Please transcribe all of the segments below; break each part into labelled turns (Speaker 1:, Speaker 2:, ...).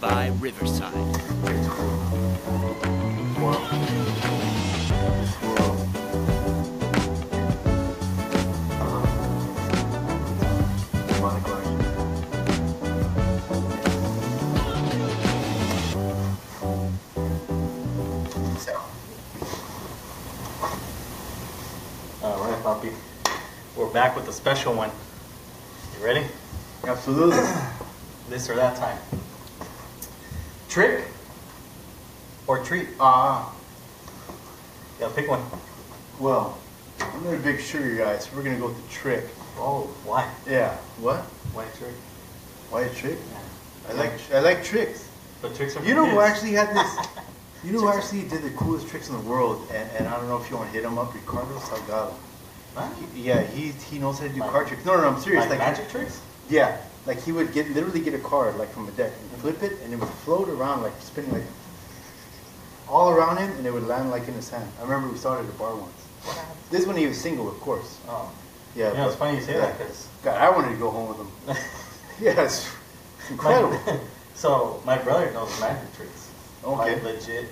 Speaker 1: by Riverside.
Speaker 2: All right, Poppy. We're back with a special one. You ready?
Speaker 3: Absolutely.
Speaker 2: This or that time. Trick or treat?
Speaker 3: Ah,
Speaker 2: Yeah, pick one.
Speaker 3: well, I'm not a big sugar guy, so we're gonna go with the trick.
Speaker 2: Oh, why?
Speaker 3: Yeah. What?
Speaker 2: Why trick?
Speaker 3: Why a trick?
Speaker 2: Yeah.
Speaker 3: I like I like tricks.
Speaker 2: The tricks are for
Speaker 3: You know who
Speaker 2: kids.
Speaker 3: actually had this? You know who actually did the coolest tricks in the world? And, and I don't know if you want to hit him up, Ricardo Salgado.
Speaker 2: Huh?
Speaker 3: Yeah, he he knows how to do
Speaker 2: Oh, Like-
Speaker 3: card tricks. No, no, no I'm serious.
Speaker 2: Like magic tricks?
Speaker 3: Yeah, like he would get literally get a card like from a deck and flip it, and it would float around like spinning like all around him, and it would land like in his hand. I remember we saw it at a bar once. This is when he was single, of course.
Speaker 2: Oh.
Speaker 3: Yeah,
Speaker 2: You know, it's
Speaker 3: but-
Speaker 2: funny you say that because
Speaker 3: God, I wanted to go home with him. Yeah, it's incredible.
Speaker 2: so my brother knows magic tricks.
Speaker 3: Okay.
Speaker 2: Like legit,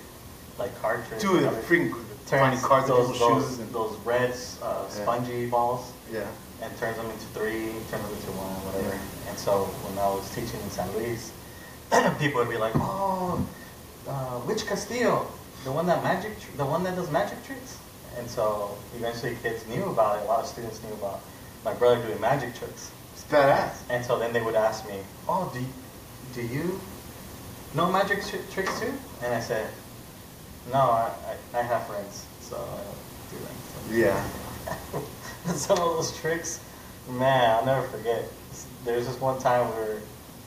Speaker 2: like card tricks.
Speaker 3: Two of the
Speaker 2: Like,
Speaker 3: freaking
Speaker 2: turns
Speaker 3: funny cards with
Speaker 2: those
Speaker 3: little shoes
Speaker 2: those,
Speaker 3: and
Speaker 2: those red uh,
Speaker 3: Yeah.
Speaker 2: spongy balls
Speaker 3: yeah,
Speaker 2: and turns them into three, turns them into one, whatever. And so when I was teaching in San Luis, people would be like, "Oh, uh, which Castillo? The one that magic, tr- the one that does magic tricks." And so eventually, kids knew about it. A lot of students knew about my brother doing magic tricks.
Speaker 3: it's badass.
Speaker 2: And so then they would ask me, "Oh, do do you know magic tr- tricks too?" And I said, "No, I, I, I have friends, so I don't do them."
Speaker 3: Yeah,
Speaker 2: Some of those tricks, man, I'll never forget. There's this one time we were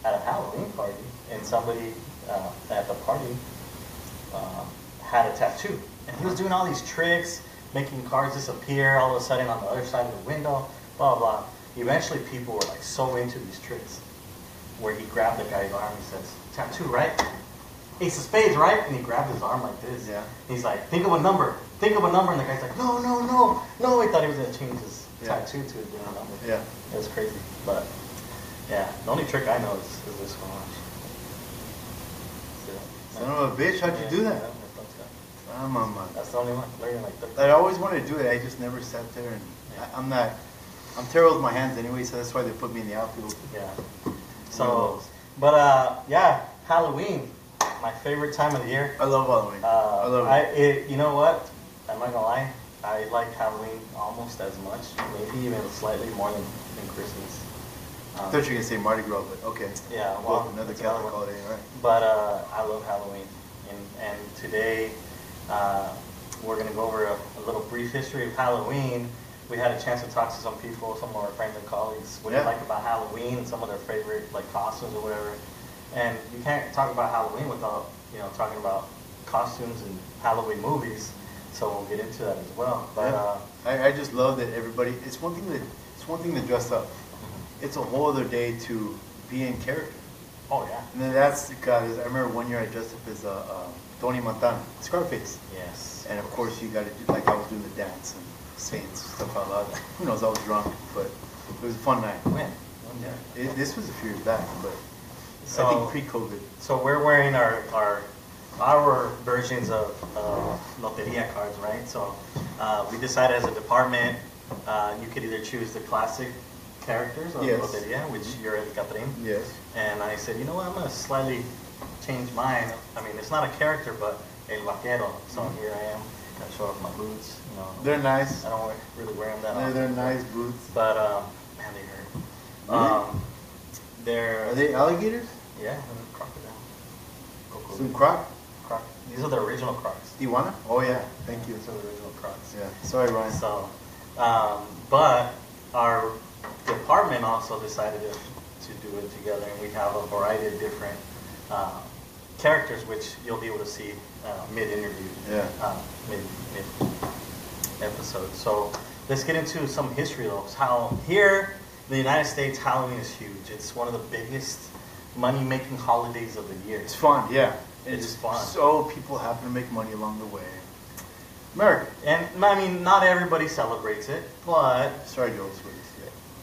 Speaker 2: at a Halloween party, and somebody uh, at the party um, had a tattoo, and he was
Speaker 3: Uh-huh.
Speaker 2: doing all these tricks, making cards disappear all of a sudden on the other side of the window, blah blah. blah. Eventually, people were like so into these tricks, where he grabbed the guy's arm and says, "Tattoo, right? Ace of Spades, right?" And he grabbed his arm like this.
Speaker 3: Yeah.
Speaker 2: He's like, "Think of a number. Think of a number." And the guy's like, "No, no, no, no." He thought he was gonna change his
Speaker 3: Yeah.
Speaker 2: tattoo to a different number.
Speaker 3: yeah.
Speaker 2: It was crazy, but yeah, the only trick I know is, is this one. So,
Speaker 3: Son of a bitch, how'd
Speaker 2: yeah,
Speaker 3: you do that?
Speaker 2: yeah, that's it.
Speaker 3: I'm on my.
Speaker 2: That's the only one. Learning like the
Speaker 3: I always wanted to do it. I just never sat there, and I, I'm not. I'm terrible with my hands anyway, so that's why they put me in the outfield.
Speaker 2: yeah. So, but uh, yeah, Halloween, my favorite time of the year.
Speaker 3: I love Halloween.
Speaker 2: Uh,
Speaker 3: I love it.
Speaker 2: it, you know what? I'm not gonna lie. I like Halloween almost as much, maybe even slightly more than, than Christmas.
Speaker 3: I
Speaker 2: Um,
Speaker 3: thought you were gonna say Mardi Gras, but okay.
Speaker 2: Yeah,
Speaker 3: Well,
Speaker 2: well,
Speaker 3: another
Speaker 2: that's another
Speaker 3: Catholic
Speaker 2: one.
Speaker 3: holiday, all right?
Speaker 2: But uh, I love Halloween, and, and today uh, we're going to go over a, a little brief history of Halloween. We had a chance to talk to some people, some of our friends and colleagues, what they
Speaker 3: Yeah.
Speaker 2: like about Halloween and some of their favorite like costumes or whatever. And you can't talk about Halloween without you know talking about costumes and Halloween movies. So we'll get into that as well. But
Speaker 3: Yeah.
Speaker 2: uh,
Speaker 3: I, I just love that everybody. It's one thing that it's one thing to dress up.
Speaker 2: Mm-hmm.
Speaker 3: It's a whole other day to be in character.
Speaker 2: oh yeah,
Speaker 3: And then that's God. I remember one year I dressed up as uh, uh, Tony Montana, Scarface,
Speaker 2: yes,
Speaker 3: and of course you got to do like I was doing the dance and saying stuff out loud. Who knows? I was drunk, but it was a fun night.
Speaker 2: when when
Speaker 3: Yeah, it, this was a few years back, but I
Speaker 2: So-
Speaker 3: think pre-COVID.
Speaker 2: So we're wearing our our our versions of uh, loteria cards, right? So uh, we decided as a department, uh, you could either choose the classic characters of
Speaker 3: Yes. Mm-hmm.
Speaker 2: loteria, which you're El Catrín,
Speaker 3: Yes.
Speaker 2: and I said, you know what, I'm gonna slightly change mine. I mean, it's not a character, but El Vaquero. So here I am, I show off my boots. You know,
Speaker 3: Mm-hmm. They're nice.
Speaker 2: I don't wear- really wear them that
Speaker 3: They're,
Speaker 2: often.
Speaker 3: they're nice boots.
Speaker 2: but um, man, they hurt.
Speaker 3: Really?
Speaker 2: Um, they're
Speaker 3: Are they alligators?
Speaker 2: yeah, they're crocodile. Crocodile.
Speaker 3: Some croc?
Speaker 2: Croc. These are the original Crocs.
Speaker 3: Tijuana? Oh yeah. Thank you.
Speaker 2: These are the original Crocs.
Speaker 3: Yeah. Sorry, Ryan.
Speaker 2: So, um, but our department also decided to, to do it together, and we have a variety of different uh, characters, which you'll be able to see uh, mid-interview,
Speaker 3: Yeah.
Speaker 2: uh, mid mid episode. So let's get into some history of how here in the United States Halloween is huge. It's one of the biggest money-making holidays of the year.
Speaker 3: It's fun, yeah.
Speaker 2: It's fun.
Speaker 3: So people happen to make money along the way. America.
Speaker 2: And I mean, not everybody celebrates it, but
Speaker 3: Sorry, Joe. it's what it's-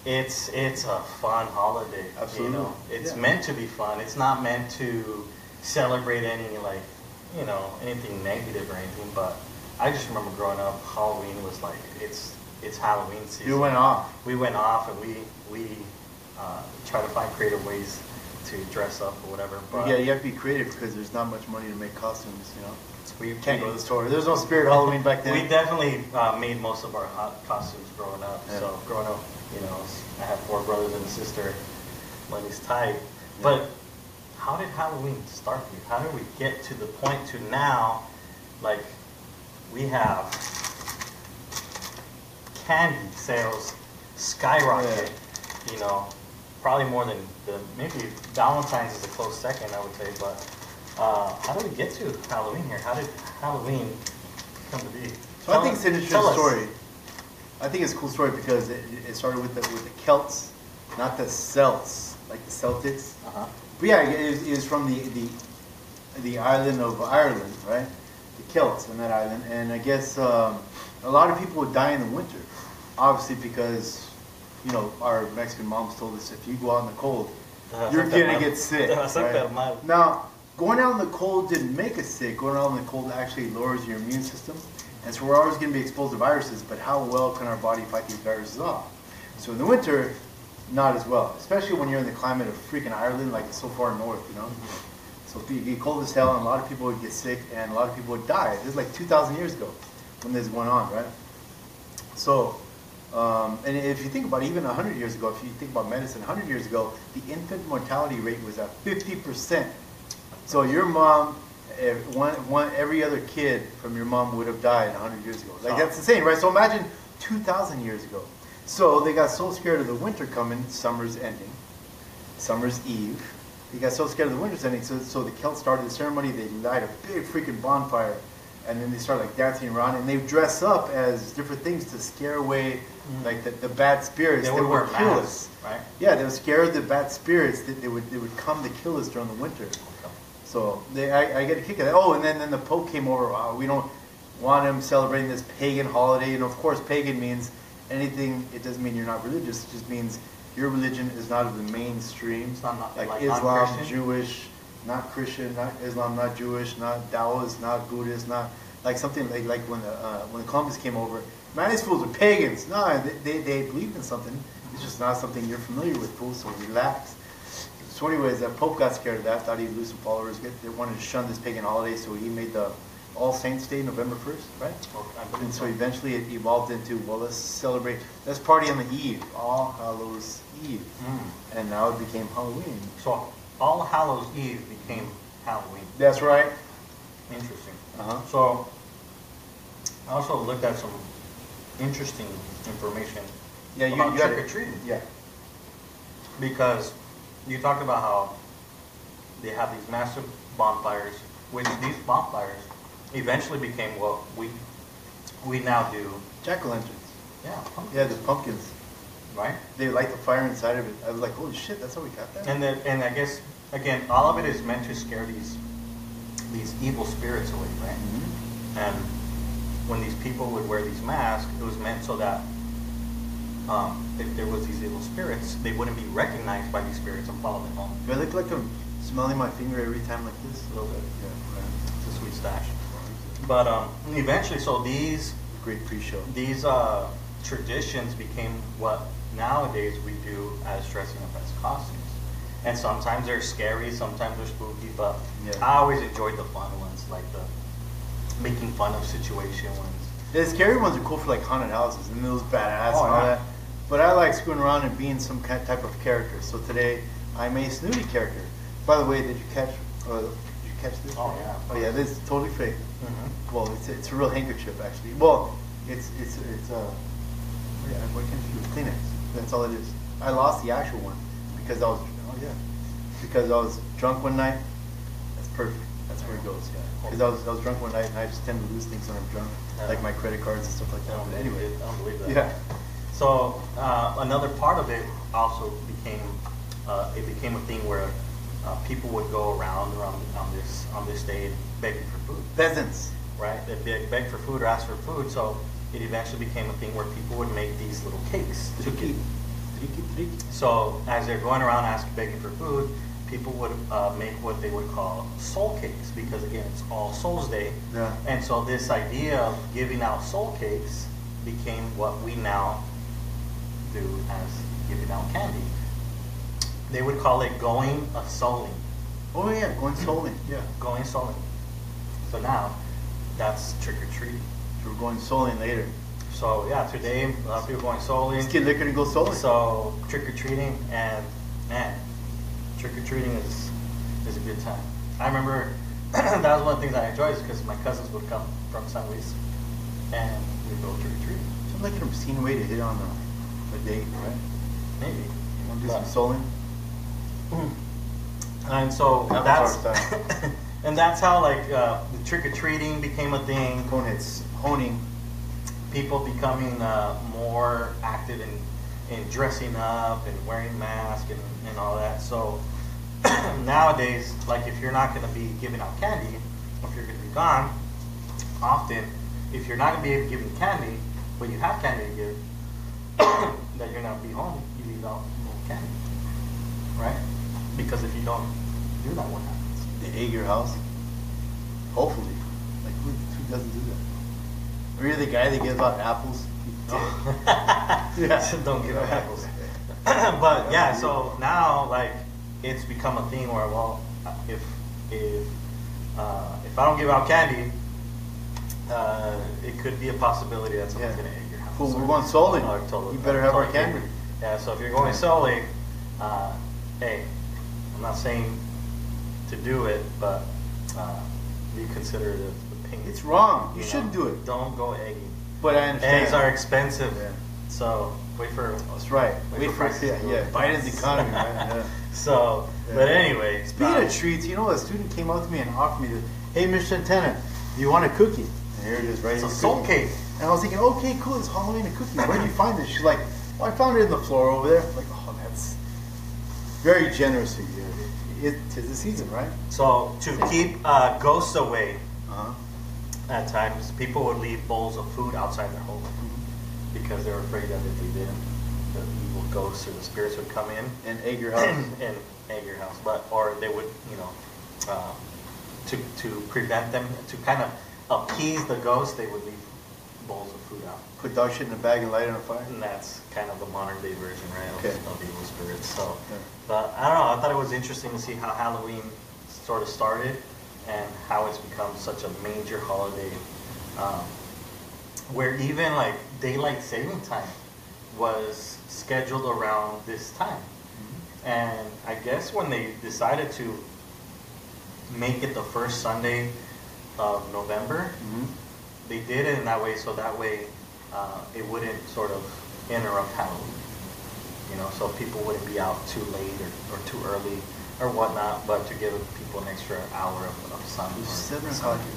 Speaker 2: it's it's a fun holiday. You
Speaker 3: Absolutely.
Speaker 2: know? It's
Speaker 3: Yeah.
Speaker 2: meant to be fun. It's not meant to celebrate any like you know anything negative or anything, but I just remember growing up, Halloween was like it's it's Halloween season.
Speaker 3: You went off.
Speaker 2: we went off and we we uh, try to find creative ways to dress up or whatever. But
Speaker 3: yeah, you have to be creative because there's not much money to make costumes. You know,
Speaker 2: we
Speaker 3: you can't go to the store. There's no spirit Halloween back then.
Speaker 2: We definitely uh, made most of our hot costumes growing up.
Speaker 3: Yeah.
Speaker 2: So growing up, you know, I have four brothers and a sister. Money's tight. But how did Halloween start for you? How did we get to the point to now, like, we have candy sales skyrocket, you know, probably more than the, maybe Valentine's is a close second, I would say, but uh, how did we get to Halloween here? How did Halloween come to be?
Speaker 3: So I think it's an interesting
Speaker 2: tell us.
Speaker 3: story. I think it's a cool story because it, it started with the, with the Celts, not the Celts, like the Celtics.
Speaker 2: Uh-huh.
Speaker 3: But yeah, it is, it is from the, the the island of Ireland, right? The Celts on that island, and I guess um, a lot of people would die in the winter, obviously because you know our Mexican moms told us if you go out in the cold,
Speaker 2: Te
Speaker 3: you're
Speaker 2: vas a
Speaker 3: gonna
Speaker 2: enfermar.
Speaker 3: get sick.
Speaker 2: Te vas a
Speaker 3: right?
Speaker 2: enfermar.
Speaker 3: Now, going out in the cold didn't make us sick. Going out in the cold actually lowers your immune system. And so we're always going to be exposed to viruses, but how well can our body fight these viruses off? So in the winter, not as well, especially when you're in the climate of freaking Ireland, like it's so far north, you know? So it would get cold as hell, and a lot of people would get sick, and a lot of people would die. This is like 2,000 years ago when this went on, right? So, um, and if you think about it, even 100 years ago, if you think about medicine, 100 years ago, the infant mortality rate was at 50%. So your mom, ev- one, one, every other kid from your mom would have died 100 years ago. Like that's insane, right? So imagine 2,000 years ago. So they got so scared of the winter coming, summer's ending, summer's eve. They got so scared of the winter's ending, so, so the Celts started the ceremony. They light a big freaking bonfire, and then they start like dancing around, and they dress up as different things to scare away like the, the bad spirits
Speaker 2: Mm-hmm. They
Speaker 3: that
Speaker 2: would wear
Speaker 3: would kill
Speaker 2: masks,
Speaker 3: us.
Speaker 2: right?
Speaker 3: Yeah, they were scared of the bad spirits that they would they would come to kill us during the winter. So they, I, I get a kick out of that. Oh, and then, then the Pope came over. Wow, we don't want him celebrating this pagan holiday. And of course, pagan means anything. It doesn't mean you're not religious. It just means your religion is not of the mainstream.
Speaker 2: It's not- not-
Speaker 3: like,
Speaker 2: like
Speaker 3: Islam,
Speaker 2: non-Christian?
Speaker 3: Jewish, not Christian, not Islam, not Jewish, not Taoist, not Buddhist, not like something like like when the uh, when Columbus came over. Man, these fools are pagans. No, they, they, they believed in something. It's just not something you're familiar with, fool. So relax. So, anyways, the Pope got scared of that. Thought he'd lose some followers. Get, they wanted to shun this pagan holiday, so he made the All Saints Day November first, right?
Speaker 2: Okay, I
Speaker 3: And
Speaker 2: believe
Speaker 3: so eventually it evolved into well, let's celebrate, let's party on the eve, All Hallows Eve,
Speaker 2: Mm.
Speaker 3: and now it became Halloween.
Speaker 2: So All Hallows Eve became Halloween.
Speaker 3: That's right.
Speaker 2: Interesting.
Speaker 3: Uh-huh.
Speaker 2: So I also looked at some interesting information
Speaker 3: Yeah, you,
Speaker 2: about
Speaker 3: you
Speaker 2: trick
Speaker 3: gotta-
Speaker 2: or treating
Speaker 3: Yeah,
Speaker 2: because you talked about how they have these massive bonfires, which these bonfires eventually became what we we now do.
Speaker 3: jack o' lanterns.
Speaker 2: Yeah, pumpkin,
Speaker 3: Yeah, the pumpkins.
Speaker 2: right?
Speaker 3: They light the fire inside of it. I was like, holy shit, that's how we got that.
Speaker 2: And then, and I guess again, all of it is meant to scare these these evil spirits away, right?
Speaker 3: Mm-hmm.
Speaker 2: And when these people would wear these masks, it was meant so that um, if there was these evil spirits, they wouldn't be recognized by these spirits and follow them home.
Speaker 3: Do I look like I'm smelling my finger every time like this?
Speaker 2: A little bit.
Speaker 3: Yeah.
Speaker 2: It's a sweet stash. But um, eventually, so these
Speaker 3: Great pre-show.
Speaker 2: these uh, traditions became what nowadays we do as dressing up as costumes. And sometimes they're scary, sometimes they're spooky, but
Speaker 3: Yeah.
Speaker 2: I always enjoyed the fun ones, like the making fun of situation ones.
Speaker 3: The scary ones are cool for like haunted houses and those badass
Speaker 2: Oh,
Speaker 3: and all
Speaker 2: yeah.
Speaker 3: that. But I like screwing around and being some kind type of character. So today I'm a snooty character. By the way, did you catch? Uh, did you catch this?
Speaker 2: Oh, yeah.
Speaker 3: Oh yeah, this is totally fake.
Speaker 2: Mhm.
Speaker 3: Well, it's a, it's a real handkerchief actually. Well, it's it's it's uh, yeah, what can you do? Kleenex. That's all it is. I lost the actual one because I was oh yeah because I was drunk one night. That's perfect. That's where it goes. Yeah. Because I was I was drunk one night and I just tend to lose things when I'm drunk,
Speaker 2: Yeah.
Speaker 3: like my credit cards and stuff like
Speaker 2: I
Speaker 3: that.
Speaker 2: don't
Speaker 3: But
Speaker 2: believe
Speaker 3: anyway.
Speaker 2: it. I don't believe that.
Speaker 3: Yeah.
Speaker 2: So uh, another part of it also became uh, it became a thing where uh, people would go around around on this on this day begging for food.
Speaker 3: Peasants.
Speaker 2: right? They'd beg, beg for food or ask for food. So it eventually became a thing where people would make these little cakes.
Speaker 3: Tricky. Tricky, tricky.
Speaker 2: So as they're going around asking, begging for food, people would uh, make what they would call soul cakes because again, it's All Souls Day,
Speaker 3: Yeah.
Speaker 2: and so this idea of giving out soul cakes became what we now do as giving out candy. They would call it going a souling,
Speaker 3: Oh yeah, going souling. Yeah.
Speaker 2: going souling. So now, that's trick or treating.
Speaker 3: So we're going souling later.
Speaker 2: So yeah, today a lot of people going souling.
Speaker 3: Let's get liquor and go souling.
Speaker 2: So trick or treating and man, trick or treating is is a good time. I remember that was one of the things I enjoyed is because my cousins would come from San Luis and we'd go trick or treating.
Speaker 3: Sounds like an obscene way to hit on a, a date, right?
Speaker 2: Maybe.
Speaker 3: Want to do
Speaker 2: But- Mm-hmm.
Speaker 3: some souling?
Speaker 2: and so
Speaker 3: That was
Speaker 2: that's
Speaker 3: our
Speaker 2: and that's how like uh, the trick or treating became a thing.
Speaker 3: Opponents honing.
Speaker 2: people becoming uh, more active in, in dressing up and wearing masks and, and all that. So nowadays, like if you're not going to be giving out candy, if you're going to be gone, often if you're not going to be giving candy, but you have candy to give, that you're not be home, you leave out no candy, right? Because if you don't do that, what happens?
Speaker 3: They egg your house. Hopefully. Like who, who doesn't do that? Or you're the guy that gives out apples.
Speaker 2: yeah. Don't give up apples. but yeah, so now like it's become a thing where well, if if uh, if I don't give out candy, uh, it could be a possibility that someone's
Speaker 3: Yeah.
Speaker 2: gonna egg your house.
Speaker 3: Fool, we're going solely.
Speaker 2: Or totally-
Speaker 3: You better have our
Speaker 2: totally
Speaker 3: candy.
Speaker 2: agree. Yeah, so if you're going solely, uh, hey, I'm not saying to do it, but uh, be considerate of the pain.
Speaker 3: It's wrong. You
Speaker 2: know?
Speaker 3: shouldn't do it.
Speaker 2: Don't go egging.
Speaker 3: But I understand.
Speaker 2: Eggs are expensive,
Speaker 3: Yeah.
Speaker 2: so wait for.
Speaker 3: That's right. Wait for
Speaker 2: prices
Speaker 3: yeah,
Speaker 2: to go
Speaker 3: yeah.
Speaker 2: up.
Speaker 3: Biden's economy, right? Yeah.
Speaker 2: So, but anyway,
Speaker 3: Speaking
Speaker 2: uh,
Speaker 3: of treats, you know, a student came up to me and offered me this. Hey, Mr. Santana, do you want a cookie? And here it is, right?
Speaker 2: it's a
Speaker 3: in the
Speaker 2: soul
Speaker 3: cookie.
Speaker 2: cake.
Speaker 3: And I was thinking, okay, cool, it's Halloween and cookie. Where do you find this? She's like, well, I found it in the floor over there. I'm like, oh, that's very generous of you. It is the season, right?
Speaker 2: So to keep uh, ghosts away,
Speaker 3: Uh-huh.
Speaker 2: at times people would leave bowls of food outside their home
Speaker 3: Mm-hmm.
Speaker 2: because they were afraid that if they didn't, the evil ghosts or the spirits would come in
Speaker 3: And egg your house.
Speaker 2: and, and egg your house. But or they would, you know, uh, to to prevent them to kind of appease the ghosts, they would leave bowls of food out.
Speaker 3: Put dog shit in a bag and light it on fire.
Speaker 2: And that's kind of the modern day version, right, of,
Speaker 3: Okay.
Speaker 2: of evil spirits. So,
Speaker 3: Yeah.
Speaker 2: but I don't know. I thought it was interesting to see how Halloween sort of started and how it's become such a major holiday, um, where even like daylight saving time was scheduled around this time.
Speaker 3: Mm-hmm.
Speaker 2: And I guess when they decided to make it the first Sunday of November,
Speaker 3: Mm-hmm.
Speaker 2: they did it in that way so that way uh, it wouldn't sort of interrupt Halloween. You know, so people wouldn't be out too late or, or too early or whatnot, but to give people an extra hour of, of sun.
Speaker 3: It
Speaker 2: or
Speaker 3: was seven
Speaker 2: sun.
Speaker 3: o'clock.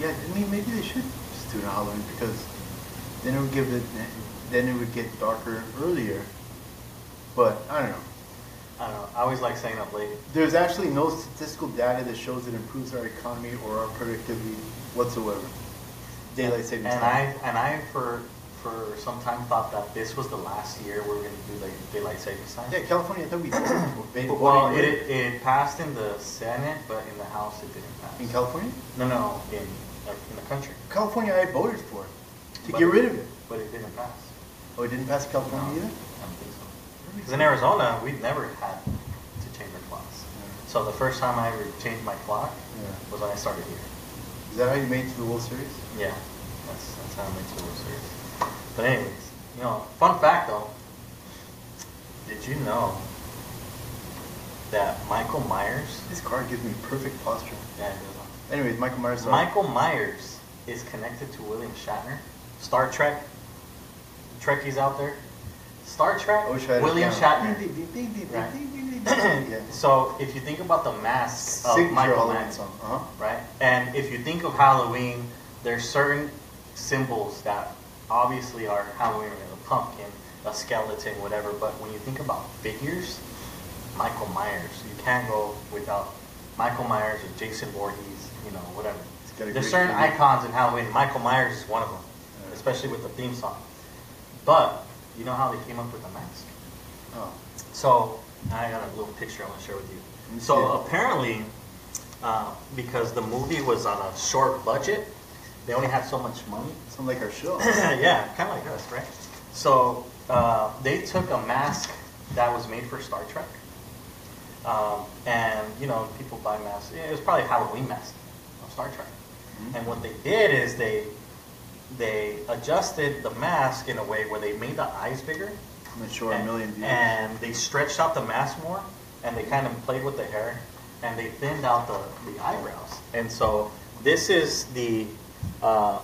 Speaker 3: Yeah, I mean, maybe they should just do it on Halloween because then it would give it, then it would get darker earlier. But I don't know.
Speaker 2: I don't know. I always like staying up late.
Speaker 3: There's actually no statistical data that shows it improves our economy or our productivity whatsoever. Daylight saving
Speaker 2: and
Speaker 3: time.
Speaker 2: I and I for for some time thought that this was the last year we were going to do like daylight savings time.
Speaker 3: yeah, California. I thought we voted for
Speaker 2: well, it, it it passed in the Senate, but in the House it didn't pass.
Speaker 3: in California.
Speaker 2: no, no, in like, in the country,
Speaker 3: California, I voted for it to
Speaker 2: But-
Speaker 3: get rid of it.
Speaker 2: but it didn't pass.
Speaker 3: Oh, it didn't pass
Speaker 2: Um,
Speaker 3: California either.
Speaker 2: Because in Arizona, we've never had to change our clocks. So the first time I ever changed my clock
Speaker 3: Yeah.
Speaker 2: was when I started here.
Speaker 3: Is that how you made it to the World Series?
Speaker 2: Yeah, that's, that's how I made the World Series. But anyways, you know, fun fact though, did you know that Michael Myers,
Speaker 3: This car gives me perfect posture.
Speaker 2: yeah, it
Speaker 3: Anyways, Michael Myers.
Speaker 2: is.
Speaker 3: sorry.
Speaker 2: Michael Myers is connected to William Shatner, Star Trek, Trekkies out there, Star Trek,
Speaker 3: Oh, Shatner.
Speaker 2: William Shatner.
Speaker 3: Right.
Speaker 2: So if you think about the mask of
Speaker 3: Signature
Speaker 2: Michael
Speaker 3: Halloween
Speaker 2: Manson,
Speaker 3: song. Uh-huh.
Speaker 2: right? And if you think of Halloween, there's certain symbols that obviously are Halloween related, a pumpkin, a skeleton, whatever. But when you think about figures, Michael Myers, you can't go without Michael Myers or Jason Voorhees, you know, whatever.
Speaker 3: It's got a
Speaker 2: There's
Speaker 3: great
Speaker 2: certain
Speaker 3: figure.
Speaker 2: icons in Halloween. Michael Myers is one of them,
Speaker 3: Yeah.
Speaker 2: especially with the theme song. But you know how they came up with the mask?
Speaker 3: Oh.
Speaker 2: So I got a little picture I want to share with you.
Speaker 3: Let's
Speaker 2: So
Speaker 3: see it.
Speaker 2: apparently, uh, because the movie was on a short budget, they only had so much money.
Speaker 3: Sound like our show.
Speaker 2: yeah, kind of like us, right? So uh, they took a mask that was made for Star Trek, um, and you know people buy masks. It was probably a Halloween mask of Star Trek,
Speaker 3: Mm-hmm.
Speaker 2: and what they did is they they adjusted the mask in a way where they made the eyes bigger
Speaker 3: I'm not sure a million views.
Speaker 2: and they stretched out the mask more, and they kind of played with the hair, and they thinned out the, the eyebrows. And so this is the uh,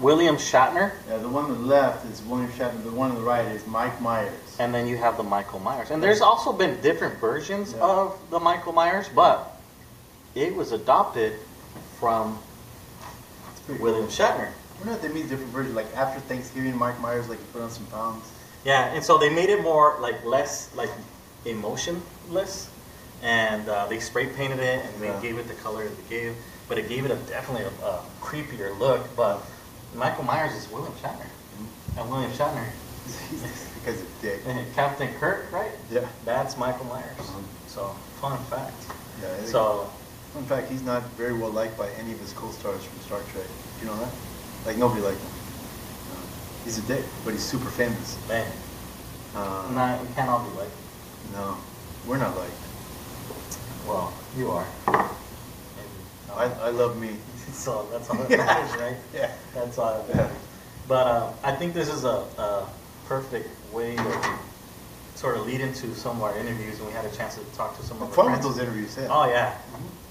Speaker 2: William Shatner,
Speaker 3: yeah, the one on the left is William Shatner. The one on the right is Mike Myers.
Speaker 2: and then you have the Michael Myers. And there's also been different versions
Speaker 3: Yeah.
Speaker 2: of the Michael Myers, but it was adopted from
Speaker 3: It's pretty
Speaker 2: William Shatner.
Speaker 3: cool. I wonder if they mean different versions. Like after Thanksgiving, Mike Myers like he put on some pounds.
Speaker 2: Yeah, and so they made it more like less like emotionless, and uh, they spray painted it and they
Speaker 3: Yeah.
Speaker 2: gave it the color that they gave, but it gave it a definitely a, a creepier look. But Michael Myers is William Shatner, and William Shatner, eh,
Speaker 3: because of dick.
Speaker 2: Captain Kirk, right?
Speaker 3: Yeah.
Speaker 2: That's Michael Myers.
Speaker 3: Mhm.
Speaker 2: So fun fact.
Speaker 3: Yeah. I think-
Speaker 2: So
Speaker 3: In fact, he's not very well liked by any of his co-stars from Star Trek. You know that? Like nobody liked him. Uh, He's a dick, but he's super famous.
Speaker 2: man,
Speaker 3: Uh,
Speaker 2: not, we can't all be like.
Speaker 3: No, we're not liked.
Speaker 2: Well, you are. And,
Speaker 3: I, I love me.
Speaker 2: so that's all that matters, right?
Speaker 3: Yeah.
Speaker 2: That's all. That
Speaker 3: Yeah.
Speaker 2: matters. But uh, I think this is a, a perfect way to sort of lead into some of our interviews, and we had a chance to talk to some
Speaker 3: I'm
Speaker 2: of
Speaker 3: fun
Speaker 2: our
Speaker 3: with
Speaker 2: friends.
Speaker 3: those interviews. Yeah.
Speaker 2: Oh yeah,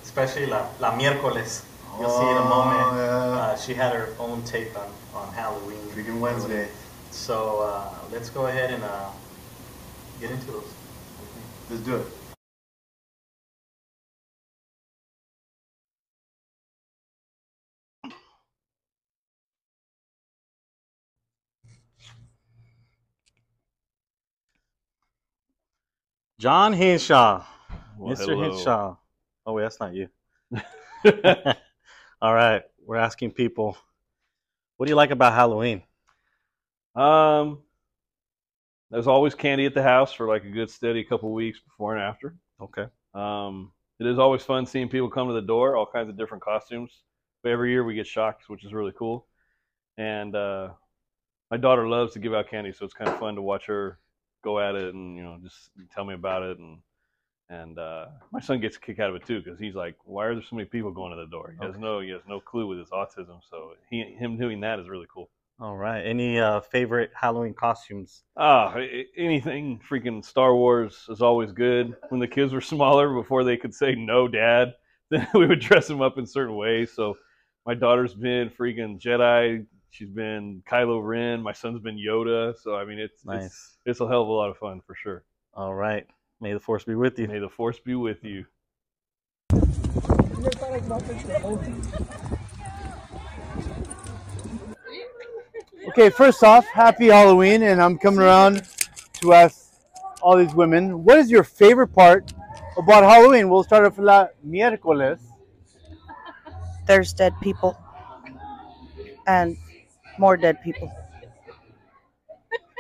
Speaker 2: especially la, la miércoles. You'll see in a
Speaker 3: Oh,
Speaker 2: moment.
Speaker 3: yeah.
Speaker 2: Uh, she had her own take on, on Halloween.
Speaker 3: Freaking Wednesday.
Speaker 2: So uh, let's go ahead and uh, get into those.
Speaker 3: Let's do it.
Speaker 2: John Henshaw,
Speaker 4: Well,
Speaker 2: Mr.
Speaker 4: hello.
Speaker 2: Henshaw. Oh wait, that's not you. All right, we're asking people, what do you like about Halloween?
Speaker 4: Um, there's always candy at the house for like a good steady couple weeks before and after.
Speaker 2: Okay.
Speaker 4: Um, it is always fun seeing people come to the door, all kinds of different costumes. But every year we get shocked, which is really cool. And uh, my daughter loves to give out candy, so it's kind of fun to watch her go at it and you know just tell me about it. And and uh, my son gets a kick out of it too because he's like, "Why are there so many people going to the door?" He has
Speaker 2: Okay.
Speaker 4: no he has no clue with his autism, so he him doing that is really cool.
Speaker 2: All right. Any uh, favorite Halloween costumes?
Speaker 4: Ah, a- anything freaking Star Wars is always good. When the kids were smaller, before they could say no, Dad, then we would dress them up in certain ways. So my daughter's been freaking Jedi. She's been Kylo Ren. My son's been Yoda. So I mean, it's it's,
Speaker 2: Nice.
Speaker 4: it's a hell of a lot of fun for sure.
Speaker 2: All right. May the force be with you.
Speaker 4: May the force be with you.
Speaker 5: Okay, first off, happy Halloween, and I'm coming around to ask all these women, what is your favorite part about Halloween? We'll start off with la miércoles.
Speaker 6: there's dead people and more dead people.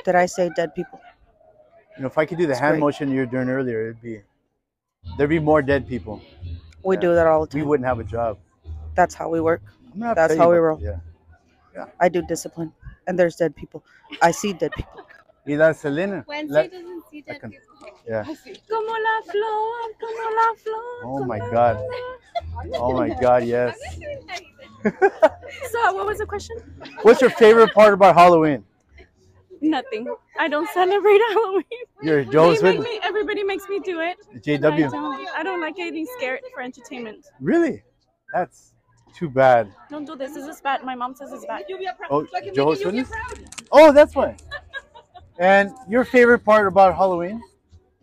Speaker 6: Did I say dead people?
Speaker 5: You know, if I could do the hand
Speaker 6: great.
Speaker 5: motion you were doing earlier, it'd be there'd be more dead people.
Speaker 6: We do that all the
Speaker 5: We
Speaker 6: time.
Speaker 5: wouldn't have a job.
Speaker 6: That's how we work.
Speaker 5: I'm gonna have to
Speaker 6: That's
Speaker 5: tell you
Speaker 6: how we
Speaker 5: about-
Speaker 6: roll.
Speaker 5: Yeah.
Speaker 6: I do discipline and there's dead people. I see dead people.
Speaker 5: Y la Selena.
Speaker 7: Wednesday
Speaker 5: la-
Speaker 7: doesn't see
Speaker 5: I
Speaker 7: dead
Speaker 5: can-
Speaker 7: people.
Speaker 5: yeah.
Speaker 7: Como la flor, como la flor.
Speaker 5: Oh my God. Oh my God, yes.
Speaker 8: So, what was the question?
Speaker 5: What's your favorite part about Halloween?
Speaker 8: Nothing. I don't celebrate Halloween.
Speaker 5: You're
Speaker 8: They
Speaker 5: Joe's
Speaker 8: make
Speaker 5: with
Speaker 8: me, everybody makes me do it. and I
Speaker 5: JW.
Speaker 8: don't, I don't like getting scared for entertainment.
Speaker 5: Really? That's too bad.
Speaker 8: Don't do this. This is bad. My mom says it's bad.
Speaker 5: Oh, Jehovah's Witness? Oh, that's why. And your favorite part about Halloween?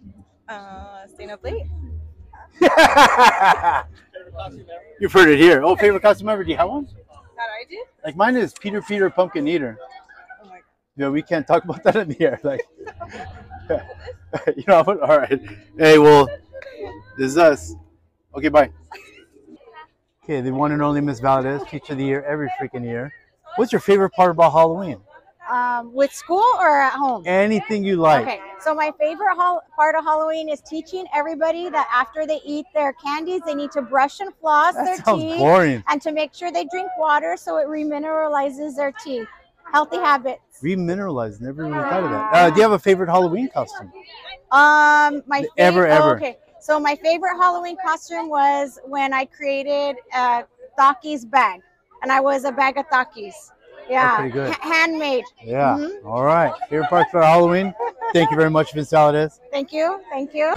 Speaker 7: Uh, staying up late.
Speaker 5: You've heard it here. Oh, favorite costume ever? Do you have one?
Speaker 7: That I did.
Speaker 5: Like mine is Peter Peter Pumpkin Eater.
Speaker 7: Oh my
Speaker 5: Yeah, we can't talk about that in the air. Like, you know what? All right. Hey, well, this is us. Okay, bye. Okay, the one and only Miss Valdez, Teacher of the Year every freaking year. What's your favorite part about Halloween?
Speaker 9: Um, with school or at home?
Speaker 5: Anything you like.
Speaker 9: Okay. So my favorite hol- part of Halloween is teaching everybody that after they eat their candies, they need to brush and floss their
Speaker 5: That sounds
Speaker 9: teeth,
Speaker 5: boring.
Speaker 9: and to make sure they drink water so it remineralizes their teeth. Healthy habits.
Speaker 5: Remineralized. Never even thought of that. Uh, do you have a favorite Halloween costume?
Speaker 9: Um, my favorite.
Speaker 5: Ever, ever.
Speaker 9: okay. So my favorite Halloween costume was when I created a Takis bag, and I was a bag of Takis. Yeah,
Speaker 5: Okay, Oh, good.
Speaker 9: ha- handmade.
Speaker 5: Yeah.
Speaker 9: Mhm.
Speaker 5: All right. Favorite parts for Halloween. Thank you very much, Vince Saladez.
Speaker 9: Thank you. Thank you.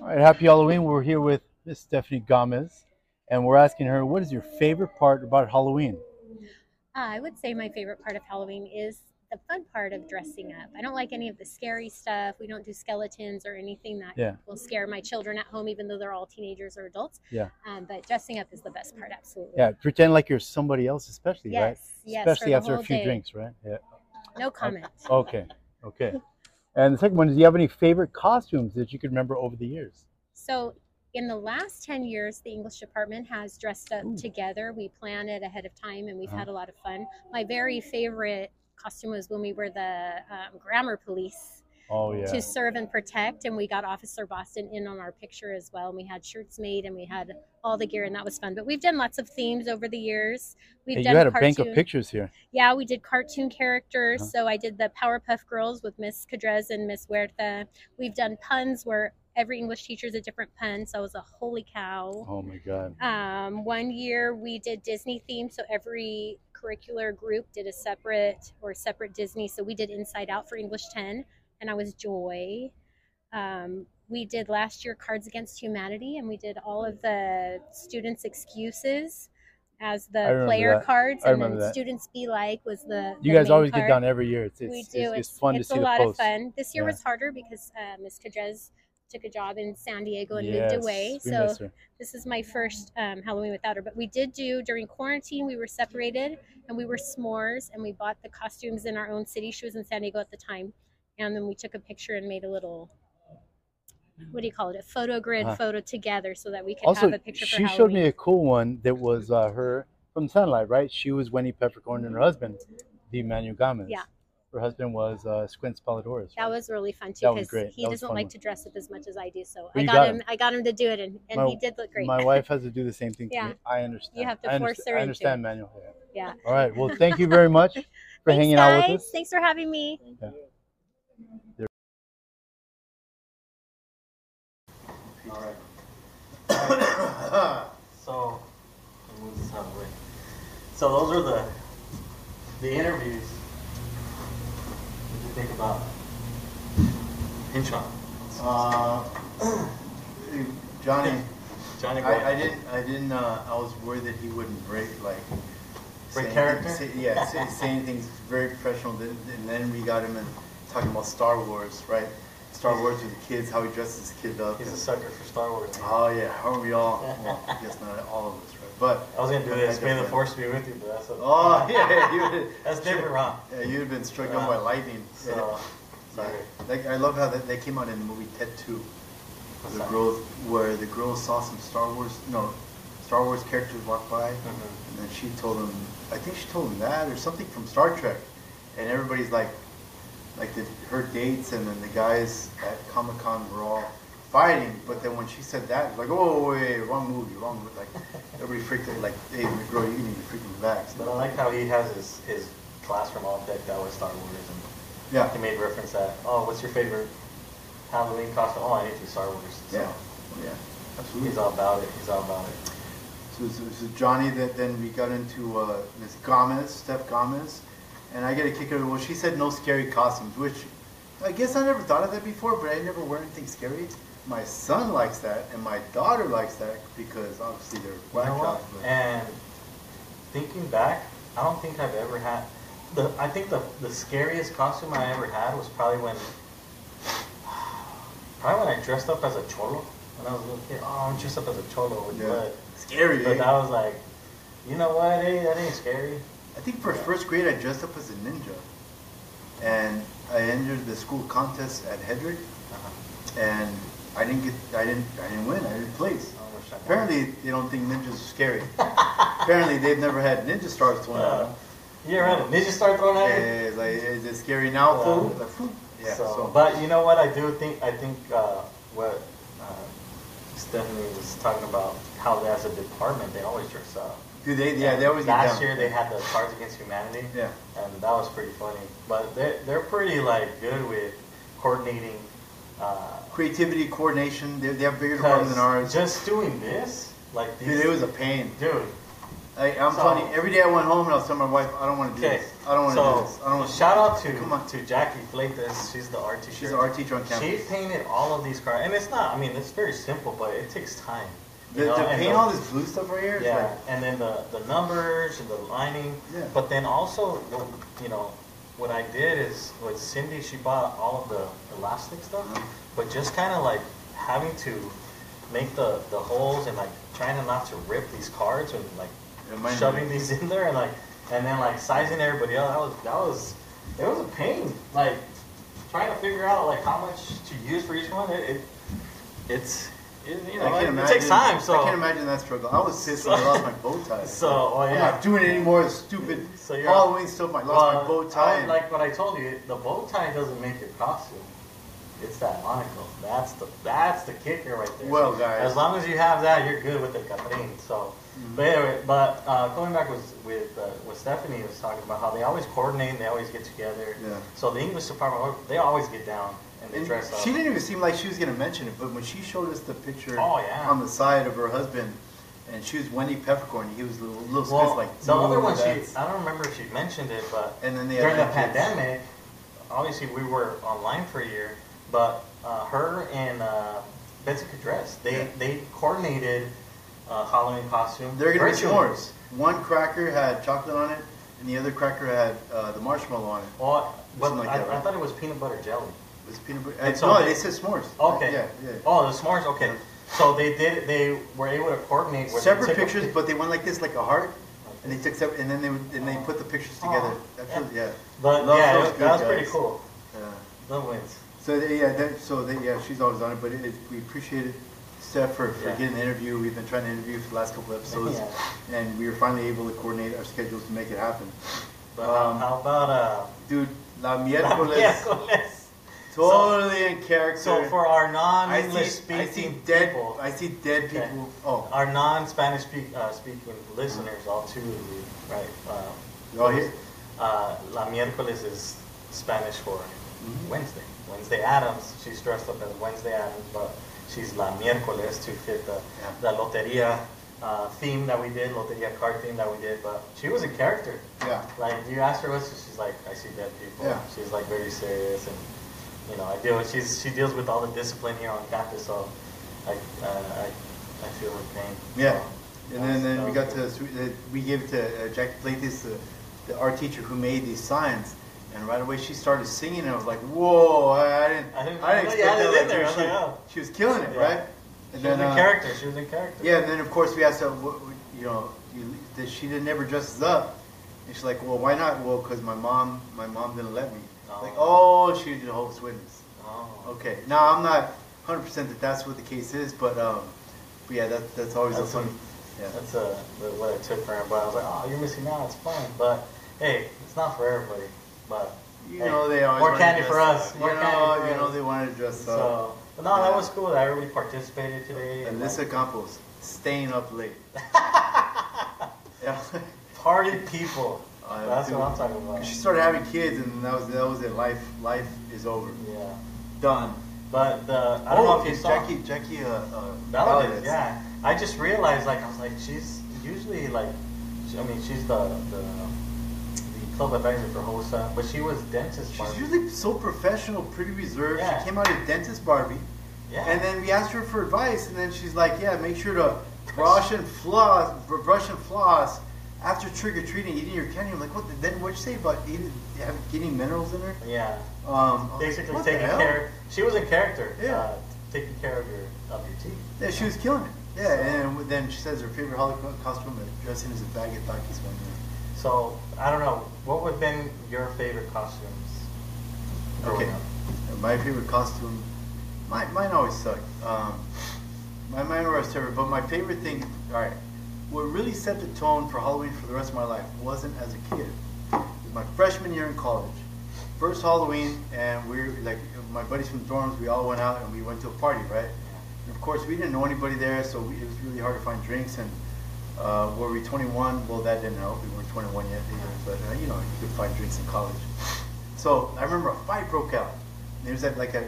Speaker 5: All right. Happy Halloween. We're here with Miss Stephanie Gomez, and we're asking her, what is your favorite part about Halloween?
Speaker 8: Uh, I would say my favorite part of Halloween is the fun part of dressing up. I don't like any of the scary stuff. We don't do skeletons or anything that
Speaker 5: Yeah.
Speaker 8: will scare my children at home, even though they're all teenagers or adults.
Speaker 5: Yeah.
Speaker 8: Um, but dressing up is the best part, absolutely.
Speaker 5: Yeah. Pretend like you're somebody else, especially,
Speaker 8: Yes.
Speaker 5: right?
Speaker 8: Yes. for
Speaker 5: especially
Speaker 8: the
Speaker 5: after a
Speaker 8: whole
Speaker 5: few
Speaker 8: day.
Speaker 5: drinks, right? Yeah.
Speaker 8: No comment.
Speaker 5: Okay. Okay. And the second one is, do you have any favorite costumes that you can remember over the years?
Speaker 8: So, in the last 10 years, the English department has dressed up together. We plan it ahead of time and we've
Speaker 5: Uh-huh.
Speaker 8: had a lot of fun. My very favorite costume was when we were the um, grammar police
Speaker 5: Oh yeah.
Speaker 8: to serve and protect. And we got Officer Boston in on our picture as well. And we had shirts made and we had all the gear, and that was fun. But we've done lots of themes over the years. We've
Speaker 5: Hey,
Speaker 8: done
Speaker 5: you had a bank of
Speaker 8: cartoon-
Speaker 5: pictures here.
Speaker 8: Yeah, we did cartoon characters.
Speaker 5: Huh.
Speaker 8: So I did the Powerpuff Girls with Miss Cadrez and Miss Huerta. We've done puns where every English teacher is a different pun. So I was a holy cow.
Speaker 5: Oh my god.
Speaker 8: Um, one year we did Disney themed, so every curricular group did a separate or separate Disney. So we did Inside Out for English 10, and I was Joy. Um, we did last year Cards Against Humanity, and we did all of the students' excuses as
Speaker 5: I
Speaker 8: the
Speaker 5: remember
Speaker 8: player
Speaker 5: that.
Speaker 8: cards,
Speaker 5: I
Speaker 8: and then
Speaker 5: remember that.
Speaker 8: Students Be Like was the.
Speaker 5: You
Speaker 8: the
Speaker 5: guys
Speaker 8: main
Speaker 5: always
Speaker 8: card.
Speaker 5: get down every year. It's it's,
Speaker 8: We
Speaker 5: it's,
Speaker 8: do.
Speaker 5: it's fun to
Speaker 8: it's
Speaker 5: see
Speaker 8: a
Speaker 5: the
Speaker 8: lot
Speaker 5: posts.
Speaker 8: of fun. This year
Speaker 5: Yeah.
Speaker 8: was harder because uh, Miss Cadrez took a job in San Diego and
Speaker 5: Yes,
Speaker 8: moved away.
Speaker 5: we
Speaker 8: so
Speaker 5: miss her.
Speaker 8: this is my first um, Halloween without her, but we did do during quarantine. We were separated and we were s'mores and we bought the costumes in our own city. She was in San Diego at the time, and then we took a picture and made a little what do you call it? A photo grid
Speaker 5: Uh-huh.
Speaker 8: photo together so that we could
Speaker 5: also
Speaker 8: have a picture.
Speaker 5: she
Speaker 8: for
Speaker 5: showed me
Speaker 8: Halloween.
Speaker 5: a cool one that was uh, her from Sunlight, right? She was Winnie Peppercorn and her husband, the Emmanuel Gomez.
Speaker 8: Yeah.
Speaker 5: Her husband was uh, Squints Palidorus.
Speaker 8: That was really fun too
Speaker 5: That was
Speaker 8: because
Speaker 5: great.
Speaker 8: he
Speaker 5: That was a
Speaker 8: doesn't
Speaker 5: fun
Speaker 8: like
Speaker 5: one.
Speaker 8: to dress up as much as I do. So
Speaker 5: Well,
Speaker 8: I
Speaker 5: you
Speaker 8: got,
Speaker 5: got
Speaker 8: him. I got him to do it, and, and
Speaker 5: My-
Speaker 8: he did look great.
Speaker 5: My wife has to do the same thing
Speaker 8: Yeah.
Speaker 5: to me. I understand.
Speaker 8: have to
Speaker 5: I
Speaker 8: force
Speaker 5: underst-
Speaker 8: her
Speaker 5: I
Speaker 8: into
Speaker 5: understand,
Speaker 8: it.
Speaker 5: Manuel. Yeah.
Speaker 8: yeah.
Speaker 5: All right. Well, thank you very much for hanging
Speaker 8: Thanks,
Speaker 5: out
Speaker 8: guys.
Speaker 5: with us.
Speaker 8: Thanks for having me.
Speaker 2: All right. so, let me move this out of the way. So those are the the interviews. What do you think about Hinshaw?
Speaker 3: Uh, Johnny,
Speaker 2: Johnny
Speaker 3: I, I
Speaker 2: Boy.
Speaker 3: didn't. I didn't. Uh, I was worried that he wouldn't break like.
Speaker 2: Break
Speaker 3: saying-
Speaker 2: character?
Speaker 3: say- yeah, say, saying things very professional. Then, and then we got him in talking about Star Wars, right? Star Wars with the kids, how he dresses the kid up.
Speaker 2: He's a sucker for Star Wars. man.
Speaker 3: oh yeah, how are we all? Well, I guess not all of us, right? But
Speaker 2: I was gonna do this.
Speaker 3: I
Speaker 2: May the
Speaker 3: guess-
Speaker 2: force be with you, but that's a,
Speaker 3: Oh yeah, you would.
Speaker 2: that's different, Ron.
Speaker 3: Yeah, you'd have been struck down by lightning.
Speaker 2: Uh, So,
Speaker 3: Yeah. Like I love how that they came out in the movie Ted Two.
Speaker 2: What's
Speaker 3: the
Speaker 2: that?
Speaker 3: girls where the girls saw some Star Wars no Star Wars characters walk by
Speaker 2: Mhm.
Speaker 3: and then she told them I think she told them that or something from Star Trek and everybody's like like the, her dates and then the guys at Comic Con were all fighting but then when she said that it's like oh wait, wait, wrong movie wrong movie like everybody freaked out like hey girl you need to freaking relax
Speaker 2: but I like how he has his, his classroom all decked out with Star Wars and
Speaker 3: yeah
Speaker 2: He made reference that, oh, what's your favorite Halloween costume? Oh, I need to Star Wars. So
Speaker 3: yeah yeah absolutely.
Speaker 2: He's all about it. He's all about it.
Speaker 3: So, so, so Johnny, that then we got into uh, Miss Gomez, Steph Gomez, and I get a kick out of well, she said no scary costumes, which I guess I never thought of that before, but I never wear anything scary. My son likes that, and my daughter likes that because obviously they're
Speaker 2: You
Speaker 3: black
Speaker 2: know
Speaker 3: guys.
Speaker 2: what?
Speaker 3: But
Speaker 2: And thinking back, I don't think I've ever had. The, I think the, the scariest costume I ever had was probably when, probably when I dressed up as a cholo. When I was a little kid, oh, I'm dressed up as a cholo with
Speaker 3: Yeah.
Speaker 2: blood.
Speaker 3: scary.
Speaker 2: But
Speaker 3: Eh?
Speaker 2: I was like, you know what? Hey, that ain't scary.
Speaker 3: I think for first grade, I dressed up as a ninja, and I entered the school contest at Hedrick,
Speaker 5: and I didn't get, I didn't, I didn't win. I didn't place. Apparently, they don't think ninjas are scary. Apparently, they've never had ninja stars thrown at
Speaker 2: Uh,
Speaker 5: them.
Speaker 2: You ever had a ninja star thrown at you?
Speaker 5: Uh-huh. Yeah, it's like, is it scary now,
Speaker 2: Yeah.
Speaker 5: fool? Like, phew. yeah.
Speaker 2: Uh, so,
Speaker 5: so-
Speaker 2: but you know what? I do think I think uh, what uh, Stephanie was talking about how as a department they always dress up.
Speaker 5: do they? Yeah, they always get
Speaker 2: Last
Speaker 5: down.
Speaker 2: year they had the Cards Against Humanity,
Speaker 5: Yeah.
Speaker 2: and that was pretty funny. But they they're pretty like good with coordinating. Uh,
Speaker 5: Creativity, coordination. They, they have bigger departments than
Speaker 2: 'cause
Speaker 5: ours.
Speaker 2: Just doing this, like these,
Speaker 5: Dude, it was a pain.
Speaker 2: dude.
Speaker 5: Like, I'm
Speaker 2: So-
Speaker 5: telling you, every day I went home and I was telling my wife, I don't want to do
Speaker 2: Okay,
Speaker 5: this. I don't want to
Speaker 2: so
Speaker 5: do this. I don't want to.
Speaker 2: shout out to
Speaker 5: Come on.
Speaker 2: to Jackie Flatus. She's the art teacher.
Speaker 5: She's an art teacher on
Speaker 2: She
Speaker 5: campus.
Speaker 2: painted all of these cards, and it's not. I mean, it's very simple, but it takes time.
Speaker 5: The,
Speaker 2: you know,
Speaker 5: to
Speaker 2: and
Speaker 5: paint
Speaker 2: the-
Speaker 5: all this blue stuff right here. it's
Speaker 2: Yeah,
Speaker 5: like-
Speaker 2: and then the the numbers and the lining.
Speaker 5: Yeah.
Speaker 2: But then also, the- you know, what I did is with Cindy, she bought all of the elastic stuff,
Speaker 5: Uh-huh.
Speaker 2: but just kind of like having to make the the holes and like trying to not to rip these cards and like
Speaker 5: Remind me.
Speaker 2: shoving these in there and like and then like sizing everybody else. That was that was it was a pain. Like trying to figure out like how much to use for each one. It, it it's it, you know
Speaker 5: I
Speaker 2: it,
Speaker 5: can't
Speaker 2: takes
Speaker 5: imagine-
Speaker 2: time. So
Speaker 5: I can't imagine that struggle. I was pissed when I lost my bow tie.
Speaker 2: so oh,
Speaker 5: I'm
Speaker 2: yeah.
Speaker 5: not doing it anymore. It's stupid.
Speaker 2: So you're-
Speaker 5: Halloween stuff. I lost my bow tie.
Speaker 2: I- like what I told you, the bow tie doesn't make your costume. It's that monocle. That's the that's the kicker right there.
Speaker 5: Well, guys. Mm-hmm.
Speaker 2: as long as you have that, you're good with the caprin. So, but anyway, but uh, going back was with uh, what Stephanie was talking about how they always coordinate and they always get together.
Speaker 5: Yeah.
Speaker 2: So the English department, they always get down and they
Speaker 5: And
Speaker 2: dress up.
Speaker 5: she didn't even seem like she was going to mention it, but when she showed us the picture
Speaker 2: Oh, yeah.
Speaker 5: on the side of her husband, and she was Wendy Peppercorn, he was little, little
Speaker 2: well,
Speaker 5: Smith, like
Speaker 2: the other
Speaker 5: "Dude,
Speaker 2: one, she
Speaker 5: that's-"
Speaker 2: I don't remember if she mentioned it, but
Speaker 5: and then they had
Speaker 2: during the
Speaker 5: nine kids.
Speaker 2: pandemic, obviously we were online for a year, but uh, her and uh, Betsy Cadress, they
Speaker 5: Yeah.
Speaker 2: they coordinated uh, Halloween costume.
Speaker 5: They're gonna be
Speaker 2: virtually.
Speaker 5: s'mores. One cracker had chocolate on it, and the other cracker had uh, the marshmallow on it.
Speaker 2: Well, but
Speaker 5: Something like
Speaker 2: I,
Speaker 5: that, right?
Speaker 2: I thought it was peanut butter jelly.
Speaker 5: It was peanut butter.
Speaker 2: And
Speaker 5: uh,
Speaker 2: so
Speaker 5: no,
Speaker 2: they-
Speaker 5: they said s'mores.
Speaker 2: Okay.
Speaker 5: Yeah, yeah.
Speaker 2: Oh, the s'mores. Okay. So they did. They were able to coordinate. where they
Speaker 5: Separate
Speaker 2: took a
Speaker 5: pictures,
Speaker 2: pic-
Speaker 5: but they went like this, like a heart, and they took separate, and then they would, and they put the pictures together. That's really- yeah.
Speaker 2: But
Speaker 5: Love
Speaker 2: yeah,
Speaker 5: those
Speaker 2: it was-
Speaker 5: good
Speaker 2: that was
Speaker 5: guys.
Speaker 2: pretty cool.
Speaker 5: yeah.
Speaker 2: The wins.
Speaker 5: So they, yeah, that, so they, yeah, she's always on it, but it, it, we appreciate it, Steph, for, for
Speaker 2: Yeah.
Speaker 5: getting the interview. We've been trying to interview for the last couple episodes, and we were finally able to coordinate our schedules to make it happen.
Speaker 2: But
Speaker 5: Um,
Speaker 2: how about uh?
Speaker 5: Dude, la miércoles,
Speaker 2: miércoles.
Speaker 5: totally in character.
Speaker 2: So for our
Speaker 5: I
Speaker 2: non-English
Speaker 5: see, I see
Speaker 2: speaking
Speaker 5: dead,
Speaker 2: people,
Speaker 5: I see dead
Speaker 2: Okay.
Speaker 5: people. Oh,
Speaker 2: our non-Spanish speak, uh, speaking listeners, all two of you, right? Um,
Speaker 5: y'all here?
Speaker 2: uh, La miércoles is Spanish for
Speaker 5: Mm-hmm.
Speaker 2: Wednesday. Wednesday Adams. She's dressed up as Wednesday Adams, but she's La miércoles to fit the
Speaker 5: Yeah.
Speaker 2: the loteria uh, theme that we did, loteria card theme that we did. But she was a character.
Speaker 5: Yeah.
Speaker 2: Like you asked her what, she- she's like, I see dead people.
Speaker 5: Yeah.
Speaker 2: She's like very serious, and you know, I deal. She's she deals with all the discipline here on campus, so I uh, I, I feel her pain.
Speaker 5: Yeah,
Speaker 2: So,
Speaker 5: and then, then we got
Speaker 2: that's-
Speaker 5: to uh, we gave it to uh, Jackie Platis, the, the art teacher who made these signs, and right away she started singing, and I was like, "Whoa!" I, I didn't,
Speaker 2: I didn't-
Speaker 5: I didn't
Speaker 2: I
Speaker 5: expect
Speaker 2: didn't- yeah, I
Speaker 5: that.
Speaker 2: didn't either. I
Speaker 5: dude,
Speaker 2: was
Speaker 5: she,
Speaker 2: like, oh.
Speaker 5: she was killing it,
Speaker 2: Yeah.
Speaker 5: right? And
Speaker 2: She was
Speaker 5: then,
Speaker 2: in
Speaker 5: uh,
Speaker 2: character. She was in character.
Speaker 5: yeah, and then of course we asked her, what, what- you know, you, that she did never dresses up, and she's like, "Well, why not?" Well, because my mom, my mom didn't let me.
Speaker 2: Oh.
Speaker 5: Like, oh, she was Jehovah's Witness.
Speaker 2: Oh.
Speaker 5: Okay. Now I'm not 100 percent that that's what the case is, but um, but yeah, that, that's always
Speaker 2: That's
Speaker 5: a funny.
Speaker 2: a-
Speaker 5: yeah.
Speaker 2: That's uh, the- what I took for him. But I was like, oh, you're missing out. It's fun. But hey, it's not for everybody. But
Speaker 5: You
Speaker 2: hey,
Speaker 5: know they always
Speaker 2: more
Speaker 5: wanna
Speaker 2: candy
Speaker 5: dress
Speaker 2: for us.
Speaker 5: up.
Speaker 2: More
Speaker 5: you know,
Speaker 2: candy for
Speaker 5: you know
Speaker 2: us.
Speaker 5: they wanted to dress up.
Speaker 2: So, but no, that
Speaker 5: yeah.
Speaker 2: was cool. That everybody participated today. and, like,
Speaker 5: Alyssa Campos staying up late. yeah,
Speaker 2: party people.
Speaker 5: I
Speaker 2: That's
Speaker 5: do.
Speaker 2: what I'm talking about.
Speaker 5: she started having kids, and that was that was it. Life life is over.
Speaker 2: Yeah.
Speaker 5: Done.
Speaker 2: But the, I don't know if you
Speaker 5: and
Speaker 2: saw
Speaker 5: Jackie Jackie uh, uh,
Speaker 2: Valdez,
Speaker 5: Valdez.
Speaker 2: yeah. I just realized, like, I was like, she's usually like, she, I mean, she's the the, the club advisor for Hosa, but she was dentist.
Speaker 5: She's
Speaker 2: Barbie.
Speaker 5: usually so professional, pretty reserved.
Speaker 2: Yeah.
Speaker 5: She came out as dentist Barbie.
Speaker 2: yeah.
Speaker 5: And then we asked her for advice, and then she's like, "Yeah, make sure to brush and floss, br- brush and floss after trick or treating, eating your candy." I'm like, "What? the- Then what'd you say about eating, having, getting minerals in there?"
Speaker 2: yeah.
Speaker 5: Um, I was
Speaker 2: basically
Speaker 5: like, "What the
Speaker 2: taking
Speaker 5: hell?"
Speaker 2: care. She was in character.
Speaker 5: Yeah.
Speaker 2: Uh, taking care of your of your teeth.
Speaker 5: Yeah, she was killing it. Yeah, and then she says her favorite Halloween costume is dressing as a bag of Takis one year.
Speaker 2: So I don't know what would have been your favorite costumes. growing
Speaker 5: Okay,
Speaker 2: up?
Speaker 5: my favorite costume Mine, mine always sucked. Um, my mine were server, but my favorite thing, all right, what really set the tone for Halloween for the rest of my life wasn't as a kid. My freshman year in college, first Halloween, and we are like my buddies from dorms. We all went out and we went to a party, right? And of course, we didn't know anybody there, so we, it was really hard to find drinks. And uh, were we 21? Well, that didn't help. We weren't 21 yet either, but uh, you know, you could find drinks in college. So I remember a fight broke out. There's that like a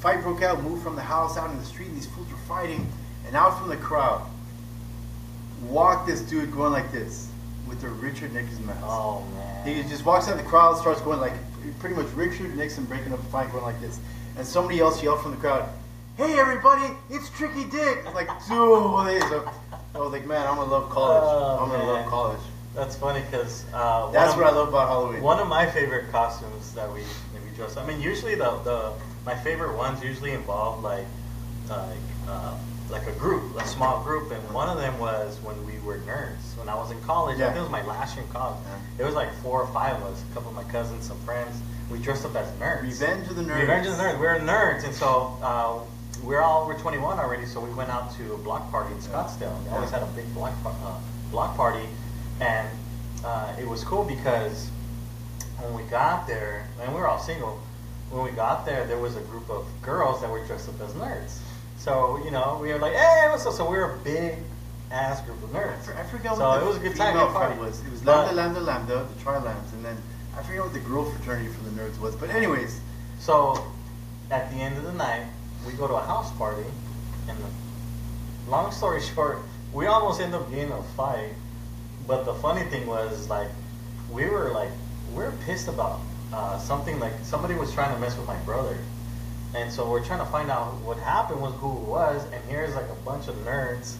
Speaker 5: fight broke out, moved from the house out in the street, and these fools were fighting, and out from the crowd walked this dude going like this with a Richard Nixon mask.
Speaker 2: Oh man.
Speaker 5: He just walks out of the crowd, starts going like pretty much Richard Nixon breaking up a fight, going like this, and somebody else yelled from the crowd, "Hey everybody, it's Tricky Dick!" I'm like, dude, it is a- I was like, man, I'm gonna love college.
Speaker 2: Oh,
Speaker 5: I'm gonna
Speaker 2: man.
Speaker 5: love college.
Speaker 2: That's funny because uh, one
Speaker 5: That's
Speaker 2: of
Speaker 5: what I
Speaker 2: my-
Speaker 5: love about Halloween.
Speaker 2: One of my favorite costumes that we that we dress. I mean, usually the, the my favorite ones usually involve like like uh, like a group, a small group, and one of them was when we were nerds. When I was in college, I
Speaker 5: Yeah.
Speaker 2: think it was my last year in college. It was like four or five of us, a couple of my cousins, some friends. We dressed up as nerds.
Speaker 5: Revenge of the Nerds.
Speaker 2: Revenge of the Nerds. We're nerds, and so uh, we're all we're 21 already. So we went out to a block party in Scottsdale. They always had a big block par- uh, block party, and uh, it was cool because when we got there, and we were all single. When we got there, there was a group of girls that were dressed up as nerds. So you know, we were like, "Hey, what's up?" So we were a big ass group of nerds.
Speaker 5: I forgot
Speaker 2: So
Speaker 5: what
Speaker 2: it
Speaker 5: the
Speaker 2: was a good time.
Speaker 5: female
Speaker 2: Good party.
Speaker 5: fight was. It was
Speaker 2: But-
Speaker 5: Lambda, Lambda, Lambda, the Tri Lambs, and then I forget what the girl fraternity for the nerds was. But anyways,
Speaker 2: So, at the end of the night, we go to a house party, and the, long story short, we almost end up getting in a fight. But the funny thing was, like, we were like, we are pissed about uh, something. Like, somebody was trying to mess with my brother, and so we're trying to find out what happened was who it was. And here's like a bunch of nerds,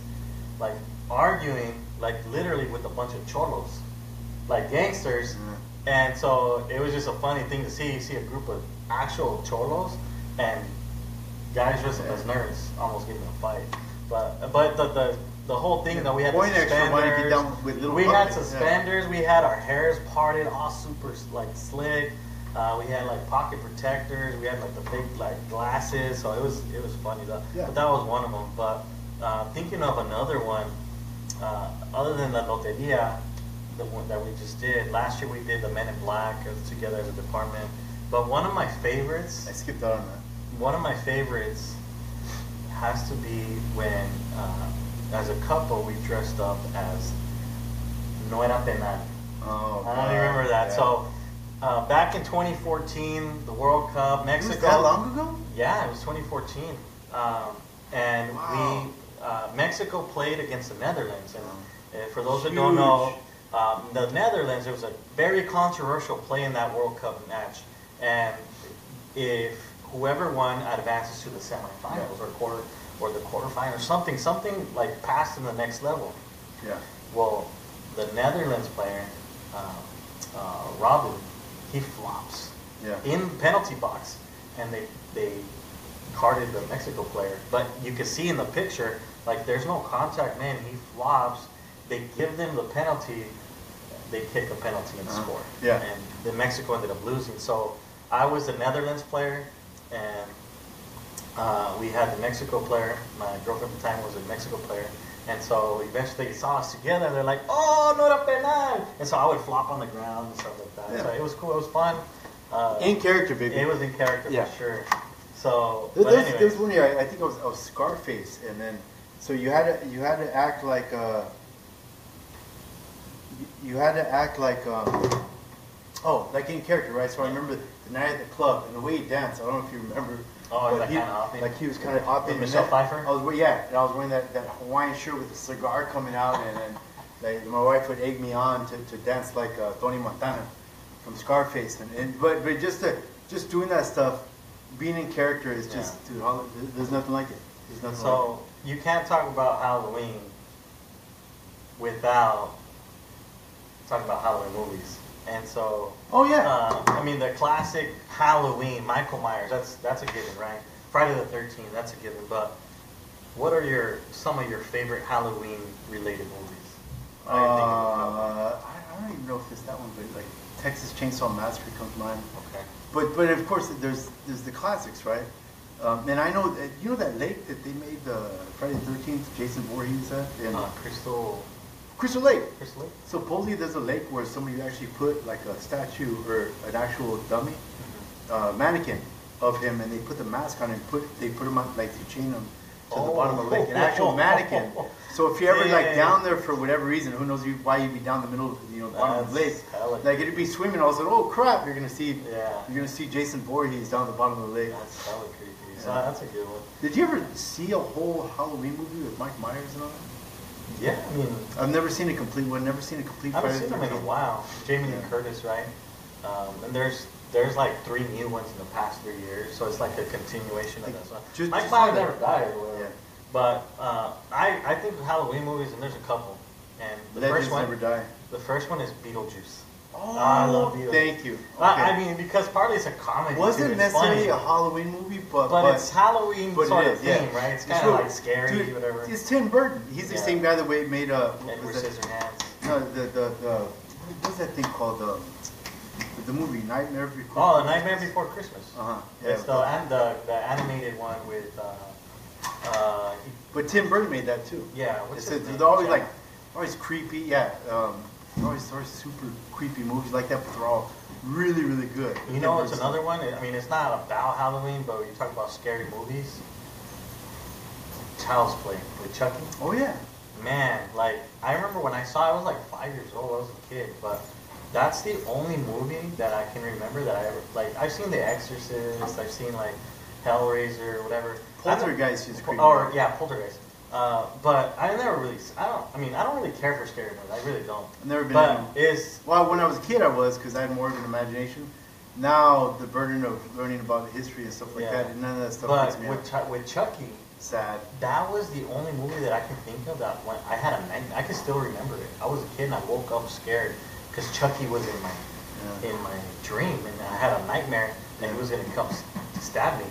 Speaker 2: like arguing, like literally with a bunch of cholos, like gangsters. And so it was just a funny thing to see. You see a group of actual cholos and guys dressed up as nerds almost getting in a fight. But but the the, the whole thing that we had
Speaker 5: Point
Speaker 2: the
Speaker 5: extra money to get
Speaker 2: suspenders.
Speaker 5: down with little
Speaker 2: we had
Speaker 5: puppets, yeah.
Speaker 2: suspenders. We had our hairs parted, all super like slick. Uh, we had like pocket protectors. We had like the big like glasses. So it was it was funny though.
Speaker 5: Yeah.
Speaker 2: But that was one of them. But uh, thinking of another one, uh, other than La Loteria, the one that we just did last year, we did the Men in Black uh, together as a department. But one of my favorites
Speaker 5: I skipped out on that.
Speaker 2: one of my favorites has to be when, uh, as a couple, we dressed up as No Era Penal.
Speaker 5: Oh,
Speaker 2: I don't
Speaker 5: God,
Speaker 2: remember that.
Speaker 5: yeah.
Speaker 2: So, uh, back in 2014, the World Cup,
Speaker 5: It was
Speaker 2: Mexico.
Speaker 5: that long ago?
Speaker 2: Yeah, it was 2014. Um, and
Speaker 5: Wow.
Speaker 2: we, uh, Mexico played against the Netherlands. And uh, for those that
Speaker 5: Huge.
Speaker 2: don't know, um, the Netherlands, there was a very controversial play in that World Cup match. And if whoever won advances to the semifinals or quarter or the quarterfinals, something, something like passed in the next level.
Speaker 5: Yeah.
Speaker 2: Well, the Netherlands player, uh, uh, Robin, he flops
Speaker 5: Yeah.
Speaker 2: in the penalty box, and they they carded the Mexico player. But you can see in the picture, like there's no contact man. He flops. They give them the penalty. They kick a penalty and
Speaker 5: Uh-huh.
Speaker 2: score.
Speaker 5: Yeah.
Speaker 2: And then Mexico ended up losing. So I was the Netherlands player, and uh, we had the Mexico player. My girlfriend at the time was a Mexico player. And so eventually they saw us together. They're like, oh, no era penal. And so I would flop on the ground and stuff like that.
Speaker 5: Yeah.
Speaker 2: So it was cool. It was fun. Uh,
Speaker 5: In character, baby.
Speaker 2: it was in character
Speaker 5: Yeah.
Speaker 2: for sure. So,
Speaker 5: There,
Speaker 2: but
Speaker 5: there's,
Speaker 2: anyway,
Speaker 5: there's one year I, I think I was, I was Scarface, and then so you had to you had to act like uh, you- you had to act like um, oh like in character, right? So I remember the night at the club and the way he danced. I don't know if you remember.
Speaker 2: Oh,
Speaker 5: but
Speaker 2: like
Speaker 5: he-
Speaker 2: kinda opping?
Speaker 5: Like he was kind of opping. and
Speaker 2: Michelle
Speaker 5: that-
Speaker 2: Pfeiffer?
Speaker 5: I was we- yeah, and I was wearing that, that Hawaiian shirt with the cigar coming out, and then like, my wife would egg me on to, to dance like uh, Tony Montana from Scarface, and, and but but just to, just doing that stuff, being in character is just dude, all, there's nothing like it. There's nothing
Speaker 2: so you can't talk about Halloween without talking about Halloween movies. And so,
Speaker 5: Oh, yeah.
Speaker 2: uh, I mean the classic Halloween, Michael Myers. That's that's a given, right? Friday the Thirteenth. That's a given. But what are your some of your favorite Halloween related movies?
Speaker 5: like
Speaker 2: uh,
Speaker 5: it.
Speaker 2: I didn't think of a couple.
Speaker 5: Uh, I, I don't even know if it's that one, but like Texas Chainsaw Massacre comes to mind.
Speaker 2: okay.
Speaker 5: But but of course there's there's the classics, right? Um, and I know that you know that lake that they made the Friday the Thirteenth Jason Voorhees at in
Speaker 2: Uh, Crystal,
Speaker 5: Crystal Lake.
Speaker 2: Crystal Lake?
Speaker 5: Supposedly there's a lake where somebody actually put like a statue or an actual dummy,
Speaker 2: Mm-hmm.
Speaker 5: uh, mannequin of him, and they put the mask on and put they put him on like they chain him to the
Speaker 2: Oh.
Speaker 5: bottom of the lake, an actual mannequin. So if you're ever
Speaker 2: Yeah,
Speaker 5: like
Speaker 2: yeah,
Speaker 5: down there for whatever reason, who knows you, why you'd be down the middle, of, you know, the bottom of the lake.
Speaker 2: That's hella-
Speaker 5: Like it'd be swimming, all of a sudden, oh crap, you're gonna see,
Speaker 2: Yeah.
Speaker 5: you're gonna see Jason Voorhees down at the bottom of the lake.
Speaker 2: That's hella creepy. So uh,
Speaker 5: Yeah.
Speaker 2: that's a good one.
Speaker 5: Did you ever see a whole Halloween movie with Mike Myers and all that?
Speaker 2: Yeah, I mean,
Speaker 5: I've never seen a complete one. Never seen a complete.
Speaker 2: I haven't
Speaker 5: Friday
Speaker 2: seen
Speaker 5: the
Speaker 2: them in a
Speaker 5: 13th.
Speaker 2: while. Jamie Lee
Speaker 5: Yeah.
Speaker 2: Curtis, right? Um, and there's there's like three new ones in the past three years, so it's like a continuation of this one.
Speaker 5: Ju-
Speaker 2: Mike
Speaker 5: just
Speaker 2: Myers
Speaker 5: like-
Speaker 2: never died, or whatever.
Speaker 5: Yeah.
Speaker 2: but uh, I I think of Halloween movies, and there's a couple. And the
Speaker 5: Legends
Speaker 2: first one,
Speaker 5: never die.
Speaker 2: the first one is Beetlejuice.
Speaker 5: Oh,
Speaker 2: I love you.
Speaker 5: Thank you.
Speaker 2: I,
Speaker 5: Okay.
Speaker 2: I mean, because partly it's a comedy. too,
Speaker 5: wasn't
Speaker 2: it's
Speaker 5: necessarily
Speaker 2: funny.
Speaker 5: a Halloween movie, but
Speaker 2: but, it's Halloween
Speaker 5: but
Speaker 2: sort
Speaker 5: it
Speaker 2: of
Speaker 5: is, yeah.
Speaker 2: theme, right? It's
Speaker 5: It's
Speaker 2: kind of
Speaker 5: real-
Speaker 2: like scary,
Speaker 5: Dude,
Speaker 2: whatever.
Speaker 5: It's Tim Burton. He's the
Speaker 2: Yeah.
Speaker 5: same guy that way made uh, what
Speaker 2: Edward
Speaker 5: was that?
Speaker 2: Scissorhands.
Speaker 5: No, the the the what's that thing called the the movie Nightmare Before?
Speaker 2: Oh, The Nightmare Before Christmas.
Speaker 5: Uh huh.
Speaker 2: It's the,
Speaker 5: Yeah.
Speaker 2: and the, the animated one with, uh, uh,
Speaker 5: But Tim Burton made that too.
Speaker 2: yeah, what's
Speaker 5: It's
Speaker 2: his name?
Speaker 5: they're always
Speaker 2: Yeah.
Speaker 5: like always creepy. Yeah. Um, they're always always super creepy movies like that, but they're all really really good.
Speaker 2: You know, it's another one. I mean, it's not about Halloween, but you talk about scary movies. Child's Play with Chucky.
Speaker 5: Oh yeah.
Speaker 2: Man, like I remember when I saw, it, I was like five years old. I was a kid, but that's the only movie that I can remember that I ever like. I've seen The Exorcist. I've seen like Hellraiser, whatever. That's a-
Speaker 5: Poltergeist is creepy.
Speaker 2: Or yeah, Poltergeist. Uh, but I never really. s- I don't. I mean, I don't really care for scary movies. I really don't.
Speaker 5: I've never been. in
Speaker 2: But
Speaker 5: one.
Speaker 2: it's
Speaker 5: Well, when I was a kid, I was because I had more of an imagination. Now the burden of learning about history and stuff like
Speaker 2: Yeah.
Speaker 5: that, and none of that stuff
Speaker 2: but
Speaker 5: makes me
Speaker 2: with Chu with Chucky,
Speaker 5: sad.
Speaker 2: that was the only movie that I can think of that when I had a night. I can still remember it. I was a kid and I woke up scared because Chucky was in my
Speaker 5: Yeah.
Speaker 2: in my dream and I had a nightmare that he was gonna come s- stab me.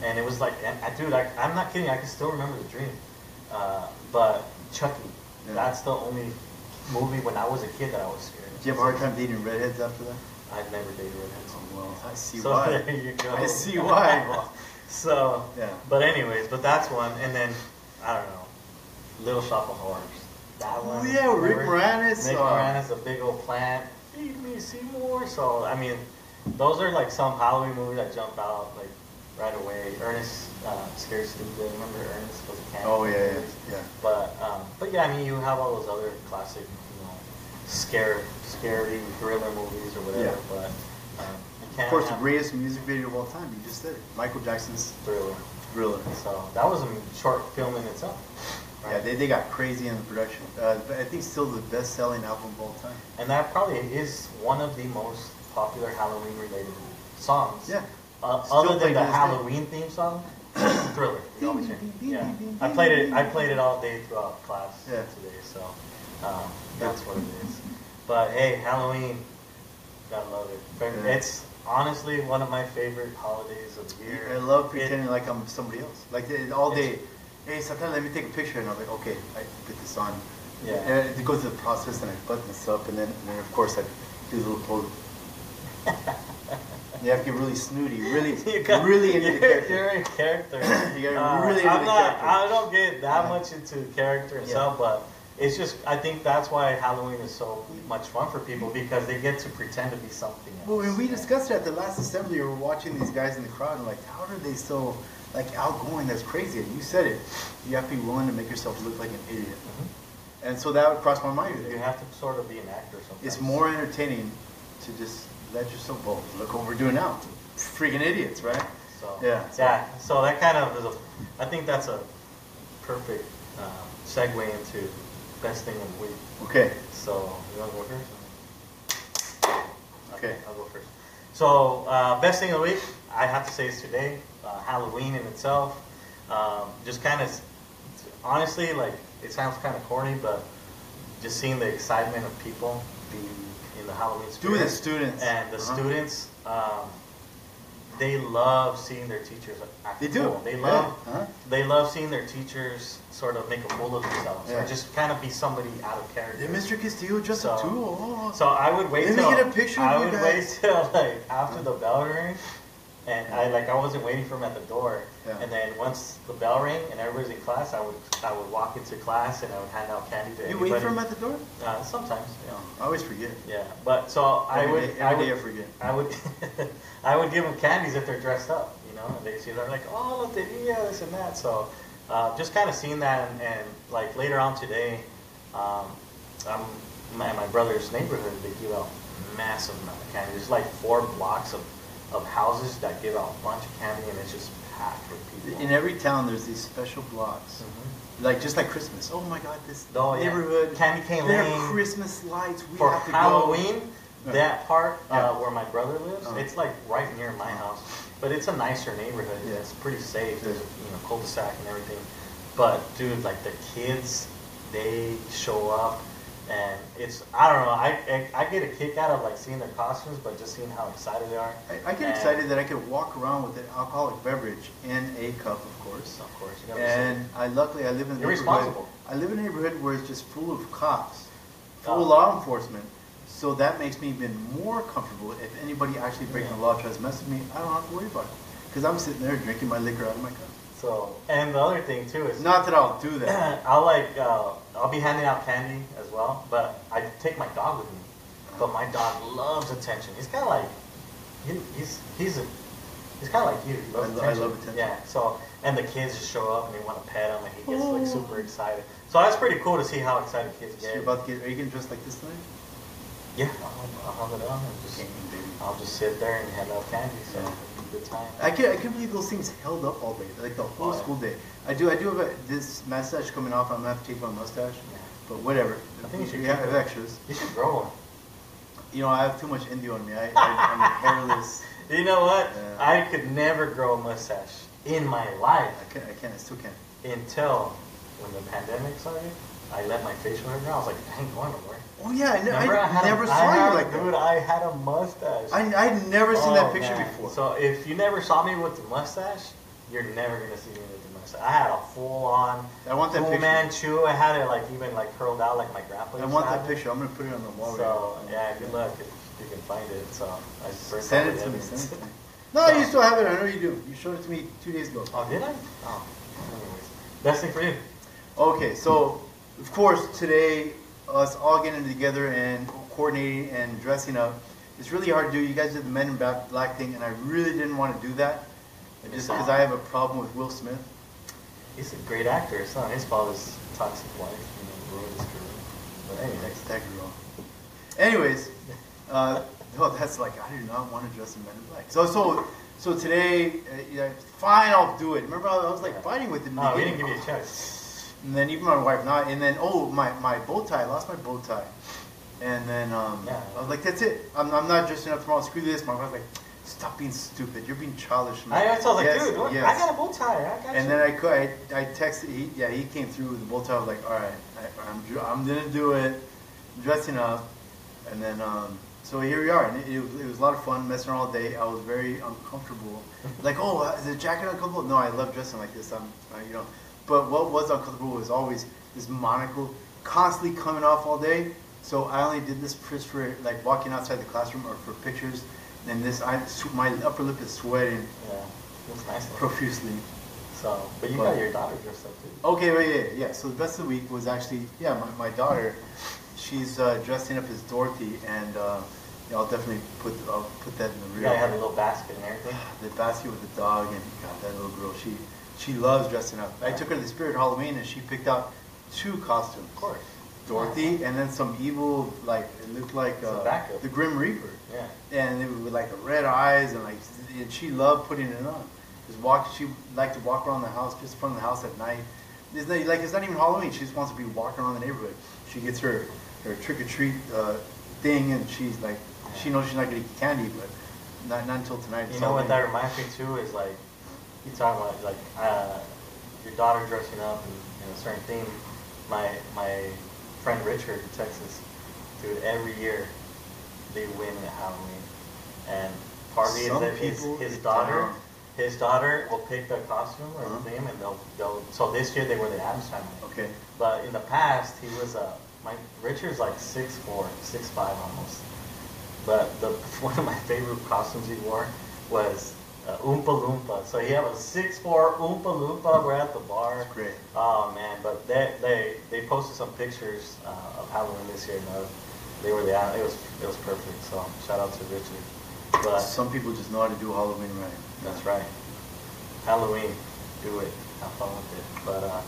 Speaker 5: Yeah.
Speaker 2: And it was like, and I, dude, I, I'm not kidding. I can still remember the dream. Uh, but Chucky,
Speaker 5: Yeah.
Speaker 2: that's the only movie when I was a kid that I was scared.
Speaker 5: Did you have a hard time Oh. dating redheads after that?
Speaker 2: I've never dated redheads.
Speaker 5: well, I see
Speaker 2: Oh, So
Speaker 5: why.
Speaker 2: there you go.
Speaker 5: I see why.
Speaker 2: So,
Speaker 5: Yeah.
Speaker 2: but anyways, but that's one, and then I don't know, Little Shop of Horrors. That one.
Speaker 5: Oh yeah, Rick
Speaker 2: Rick-
Speaker 5: Moranis.
Speaker 2: Nick
Speaker 5: uh,
Speaker 2: Moranis, a big old plant. Feed me Seymour. So I mean, those are like some Halloween movies that jump out like right away. Ernest uh, Scared Stupid. Remember Ernest was a cat.
Speaker 5: Oh yeah, yeah, yeah.
Speaker 2: But um, but yeah, I mean, you have all those other classic, you know, scare, scary thriller movies or whatever.
Speaker 5: Yeah.
Speaker 2: But um, you can't
Speaker 5: Of course, the
Speaker 2: have
Speaker 5: greatest music video of all time. You just said it. Michael Jackson's
Speaker 2: thriller.
Speaker 5: Thriller.
Speaker 2: So that was a short film in itself.
Speaker 5: Yeah, they, they got crazy in the production. Uh, but I think still the best-selling album of all time.
Speaker 2: And that probably is one of the most popular Halloween related songs.
Speaker 5: Yeah.
Speaker 2: Uh,
Speaker 5: Still
Speaker 2: other than
Speaker 5: played to
Speaker 2: the
Speaker 5: this day.
Speaker 2: Halloween theme song, Thriller. We always hear. Yeah. I played it. I played it all day throughout class
Speaker 5: Yeah.
Speaker 2: today. So um, that's what it is. But hey, Halloween, gotta love it. But
Speaker 5: Yeah.
Speaker 2: It's honestly one of my favorite holidays of the year.
Speaker 5: I love
Speaker 2: It-
Speaker 5: pretending like I'm somebody else. Like they- all
Speaker 2: It's-
Speaker 5: day, hey, sometimes let me take a picture, and I'm like, okay, I put this on.
Speaker 2: Yeah.
Speaker 5: And I go through the process, and I button this up, and then, and then of course I do the little pose. you have to get really snooty, really,
Speaker 2: You got-
Speaker 5: really into the
Speaker 2: you're-
Speaker 5: character.
Speaker 2: You're in character. Uh,
Speaker 5: You got really
Speaker 2: I'm
Speaker 5: into the
Speaker 2: not.
Speaker 5: character.
Speaker 2: I don't get that
Speaker 5: Yeah.
Speaker 2: much into character
Speaker 5: Yeah.
Speaker 2: itself, but it's just. I think that's why Halloween is so much fun for people because they get to pretend to be something else.
Speaker 5: Well, when we discussed it at the last assembly, we were watching these guys in the crowd, and like, how are they so like outgoing? That's crazy. And you said it. You have to be willing to make yourself look like an idiot. And so that would cross my mind.
Speaker 2: Mm-hmm. You have to sort of be an actor. Sometimes
Speaker 5: It's more entertaining to just let yourself go. Look what we're doing now. Freaking idiots, right?
Speaker 2: So
Speaker 5: Yeah.
Speaker 2: yeah. So that kind of is a. I think that's a perfect uh, segue into best thing of the week.
Speaker 5: Okay.
Speaker 2: So you want to go first?
Speaker 5: Okay.
Speaker 2: I'll go first. So, uh, best thing of the week, I have to say is today, uh, Halloween in itself. Um, just kind of, honestly, like, it sounds kind of corny, but just seeing the excitement of people be in the Halloween
Speaker 5: Do
Speaker 2: spirit.
Speaker 5: the students.
Speaker 2: And the
Speaker 5: Uh-huh.
Speaker 2: students, um, they love seeing their teachers act
Speaker 5: They do.
Speaker 2: cool. They love
Speaker 5: Yeah. Uh-huh.
Speaker 2: they love seeing their teachers sort of make a fool of themselves
Speaker 5: Yeah.
Speaker 2: or just kind of be somebody out of character.
Speaker 5: Hey, Mr. Castillo, just
Speaker 2: So-
Speaker 5: a tool. Oh.
Speaker 2: So I would wait
Speaker 5: Let me
Speaker 2: till
Speaker 5: get a picture of
Speaker 2: I
Speaker 5: you
Speaker 2: would
Speaker 5: guys.
Speaker 2: wait till like after the bell rings and I like I wasn't waiting for him at the door.
Speaker 5: Yeah.
Speaker 2: And then once the bell rang and everybody's in class, I would I would walk into class and I would hand out candy to
Speaker 5: You
Speaker 2: everybody.
Speaker 5: wait for him at the door?
Speaker 2: Uh, sometimes, you know.
Speaker 5: I always forget.
Speaker 2: Yeah, but so I
Speaker 5: Every
Speaker 2: would
Speaker 5: day-
Speaker 2: I
Speaker 5: every
Speaker 2: would,
Speaker 5: day I forget.
Speaker 2: I would I would give them candies if they're dressed up, you know. And they see they're like, oh, look, yeah, this and that. So uh, just kind of seeing that, and, and like later on today, um, I'm my, my brother's neighborhood. They give out massive amount of candy. There's like four blocks of, of houses that give out a bunch of candy, and it's just packed with people.
Speaker 5: In every town, there's these special blocks. Like, just like Christmas. Oh my God, this
Speaker 2: Oh, Mm-hmm. yeah.
Speaker 5: neighborhood.
Speaker 2: Candy cane
Speaker 5: They
Speaker 2: lane.
Speaker 5: have Christmas lights. We
Speaker 2: for
Speaker 5: have to go.
Speaker 2: Halloween,
Speaker 5: Yeah.
Speaker 2: that part uh,
Speaker 5: Yeah.
Speaker 2: where my brother lives,
Speaker 5: Uh-huh.
Speaker 2: it's like right near my house. But it's a nicer neighborhood. and
Speaker 5: Yeah.
Speaker 2: It's pretty safe. There's
Speaker 5: Yeah.
Speaker 2: you know cul-de-sac and everything. But dude, like the kids, they show up, and it's I don't know. I I, I get a kick out of like seeing their costumes, but just seeing how excited they are.
Speaker 5: I, I get
Speaker 2: And-
Speaker 5: excited that I could walk around with an alcoholic beverage in a cup, of course.
Speaker 2: Of course, you gotta be
Speaker 5: And I luckily I live in a
Speaker 2: You're
Speaker 5: neighborhood.
Speaker 2: responsible.
Speaker 5: I live in a neighborhood where it's just full of cops, full
Speaker 2: Oh.
Speaker 5: of law enforcement. So that makes me even more comfortable. If anybody actually breaking the law tries to mess with me, I don't have to worry about it because I'm sitting there drinking my liquor out of my cup.
Speaker 2: so. And the other thing too is
Speaker 5: Not that I'll do that.
Speaker 2: I'll like uh, I'll be handing out candy as well, but I take my dog with me. But my dog loves attention. He's kind of like he, he's he's a he's kind of like you. He loves
Speaker 5: I lo- I
Speaker 2: attention.
Speaker 5: love attention.
Speaker 2: Yeah. So and the kids just show up and they want to pet him and he gets like super excited. So that's pretty cool to see how excited kids
Speaker 5: So
Speaker 2: get.
Speaker 5: you're about to get. Are you getting dressed like this tonight?
Speaker 2: yeah. I'll, I'll hold it on and just
Speaker 5: Can't even do it.
Speaker 2: I'll just sit there and hand out candy. So
Speaker 5: Yeah.
Speaker 2: it'll be a good time.
Speaker 5: I can't, I can't believe those things held up all day, like the whole
Speaker 2: Oh, yeah.
Speaker 5: school day. I do, I do have a, this mustache coming off. I'm gonna have to take my mustache,
Speaker 2: Yeah.
Speaker 5: but whatever.
Speaker 2: I think you should
Speaker 5: we have
Speaker 2: keep it.
Speaker 5: extras.
Speaker 2: You should grow one.
Speaker 5: You know, I have too much Indio on me. I, I, I'm hairless.
Speaker 2: You know what?
Speaker 5: Yeah.
Speaker 2: I could never grow a mustache in my life.
Speaker 5: I can't, I can't, I still can't.
Speaker 2: until when the pandemic started, I let my facial hair grow. I was like, I ain't going nowhere.
Speaker 5: Oh yeah, I, ne-
Speaker 2: Remember,
Speaker 5: I,
Speaker 2: had
Speaker 5: never
Speaker 2: a,
Speaker 5: saw
Speaker 2: I had,
Speaker 5: you like
Speaker 2: dude,
Speaker 5: that.
Speaker 2: I had a mustache.
Speaker 5: I, I'd never seen
Speaker 2: Oh,
Speaker 5: that picture
Speaker 2: man.
Speaker 5: before.
Speaker 2: So if you never saw me with the mustache, you're never gonna see me with the mustache. I had a full on
Speaker 5: I want that
Speaker 2: Fu
Speaker 5: picture.
Speaker 2: Manchu. I had it like even like curled out like my grandpa.
Speaker 5: I
Speaker 2: used
Speaker 5: want
Speaker 2: to
Speaker 5: that
Speaker 2: have it.
Speaker 5: picture. I'm gonna put it on the wall.
Speaker 2: So
Speaker 5: right now.
Speaker 2: yeah, good luck if you can find it. So I just burned
Speaker 5: Send
Speaker 2: all
Speaker 5: it
Speaker 2: the
Speaker 5: to me.
Speaker 2: evidence.
Speaker 5: Send it to me. No, you still have it. I know you do. You showed it to me two days ago.
Speaker 2: oh, did I? Oh, anyways, best thing for you.
Speaker 5: Okay, so of course today us all getting together and coordinating and dressing up, it's really hard to do. You guys did the Men in Bla- Black thing, and I really didn't want to do that, just because I have a problem with Will Smith.
Speaker 2: He's a great actor. It's not his fault. His toxic wife, you know, ruined his career. But anyway,
Speaker 5: That's that girl. Anyways, uh, no, that's like I do not want to dress in Men in Black. So so so today, uh, yeah, fine, I'll do it. Remember, I was like fighting with him. in the
Speaker 2: no, we didn't
Speaker 5: beginning.
Speaker 2: give you a chance.
Speaker 5: And then even my wife not. And then oh my my bow tie, I lost my bow tie. And then um,
Speaker 2: Yeah.
Speaker 5: I was like, that's it. I'm, I'm not dressing up tomorrow. Screw this. My wife's like, stop being stupid. You're being childish. man."
Speaker 2: I, I was like,
Speaker 5: Yes,
Speaker 2: dude, what, I
Speaker 5: yes.
Speaker 2: got a bow tie. I got
Speaker 5: And
Speaker 2: you.
Speaker 5: then I could I, I texted. He, yeah, he came through with the bow tie. I was like, all right, I, I'm dr- I'm gonna do it. dressing up. And then um, so here we are. And it, it, was, it was a lot of fun messing around all day. I was very uncomfortable. like, oh, is the jacket uncomfortable? No, I love dressing like this. I'm uh, you know. But what was uncomfortable was always this monocle constantly coming off all day. So I only did this just for like walking outside the classroom or for pictures. And this, I my upper lip is sweating
Speaker 2: yeah, looks nice. though.
Speaker 5: profusely.
Speaker 2: So, but you
Speaker 5: But-
Speaker 2: got your daughter dressed up too.
Speaker 5: Okay, wait, yeah, yeah. So the best of the week was actually, yeah, my, my daughter, she's uh, dressing up as Dorothy, and uh, yeah, I'll definitely put I'll put that in the
Speaker 2: You
Speaker 5: reel.
Speaker 2: gotta have a little basket and everything.
Speaker 5: the basket with the dog, and God, that little girl, she she loves dressing up. I took her to the Spirit Halloween, and she picked out two costumes. Of
Speaker 2: course.
Speaker 5: Dorothy, and then some evil, like it looked like
Speaker 2: Some
Speaker 5: uh,
Speaker 2: backup.
Speaker 5: the Grim Reaper
Speaker 2: Yeah.
Speaker 5: and it was with like the red eyes and like and she loved putting it on. Just walk. She liked to walk around the house, just in front of the house at night. It's not, like it's not even Halloween. She just wants to be walking around the neighborhood. She gets her her trick or treat uh, thing, and she's like, she knows she's not gonna get candy, but not not until tonight. It's
Speaker 2: You know what that
Speaker 5: Halloween.
Speaker 2: reminds me too is like you talking about like uh, your daughter dressing up and you know, a certain theme. My my friend Richard in Texas, dude, every year they win at Halloween, and partly is
Speaker 5: Some
Speaker 2: that his,
Speaker 5: people
Speaker 2: his
Speaker 5: get
Speaker 2: daughter.
Speaker 5: down.
Speaker 2: His daughter will pick the costume or
Speaker 5: Uh-huh.
Speaker 2: the theme, and they'll, they'll. So this year they were the Adams family.
Speaker 5: Okay.
Speaker 2: But in the past, he was uh, my Richard's like six four, six five almost. But the one of my favorite costumes he wore was uh, Oompa Loompa. So you have a six four Oompa Loompa. We're at the bar.
Speaker 5: Great.
Speaker 2: Oh man, but they they, they posted some pictures uh, of Halloween this year. And uh, they were there. It was it was perfect. So shout out to Richard. But
Speaker 5: Some people just know how to do Halloween right.
Speaker 2: that's right. Halloween, do it. Have fun with it. But uh,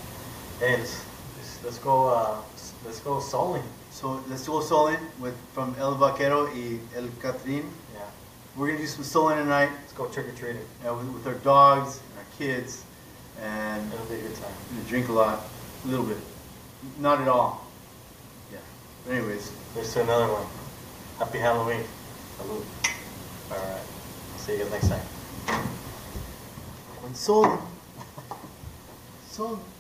Speaker 2: hey, let's, let's go uh, let's go souling.
Speaker 5: So let's go Solin with from El Vaquero y El Catrin.
Speaker 2: Yeah,
Speaker 5: We're gonna do some Solin tonight
Speaker 2: let's go trick or treating.
Speaker 5: uh, with, with our dogs and our kids, and
Speaker 2: It'll be a good time.
Speaker 5: gonna drink a lot, a little bit, not at all. Yeah. But anyways,
Speaker 2: There's to another one. Happy Halloween. Salute. All right. See you guys next time.
Speaker 5: Solin, Solin.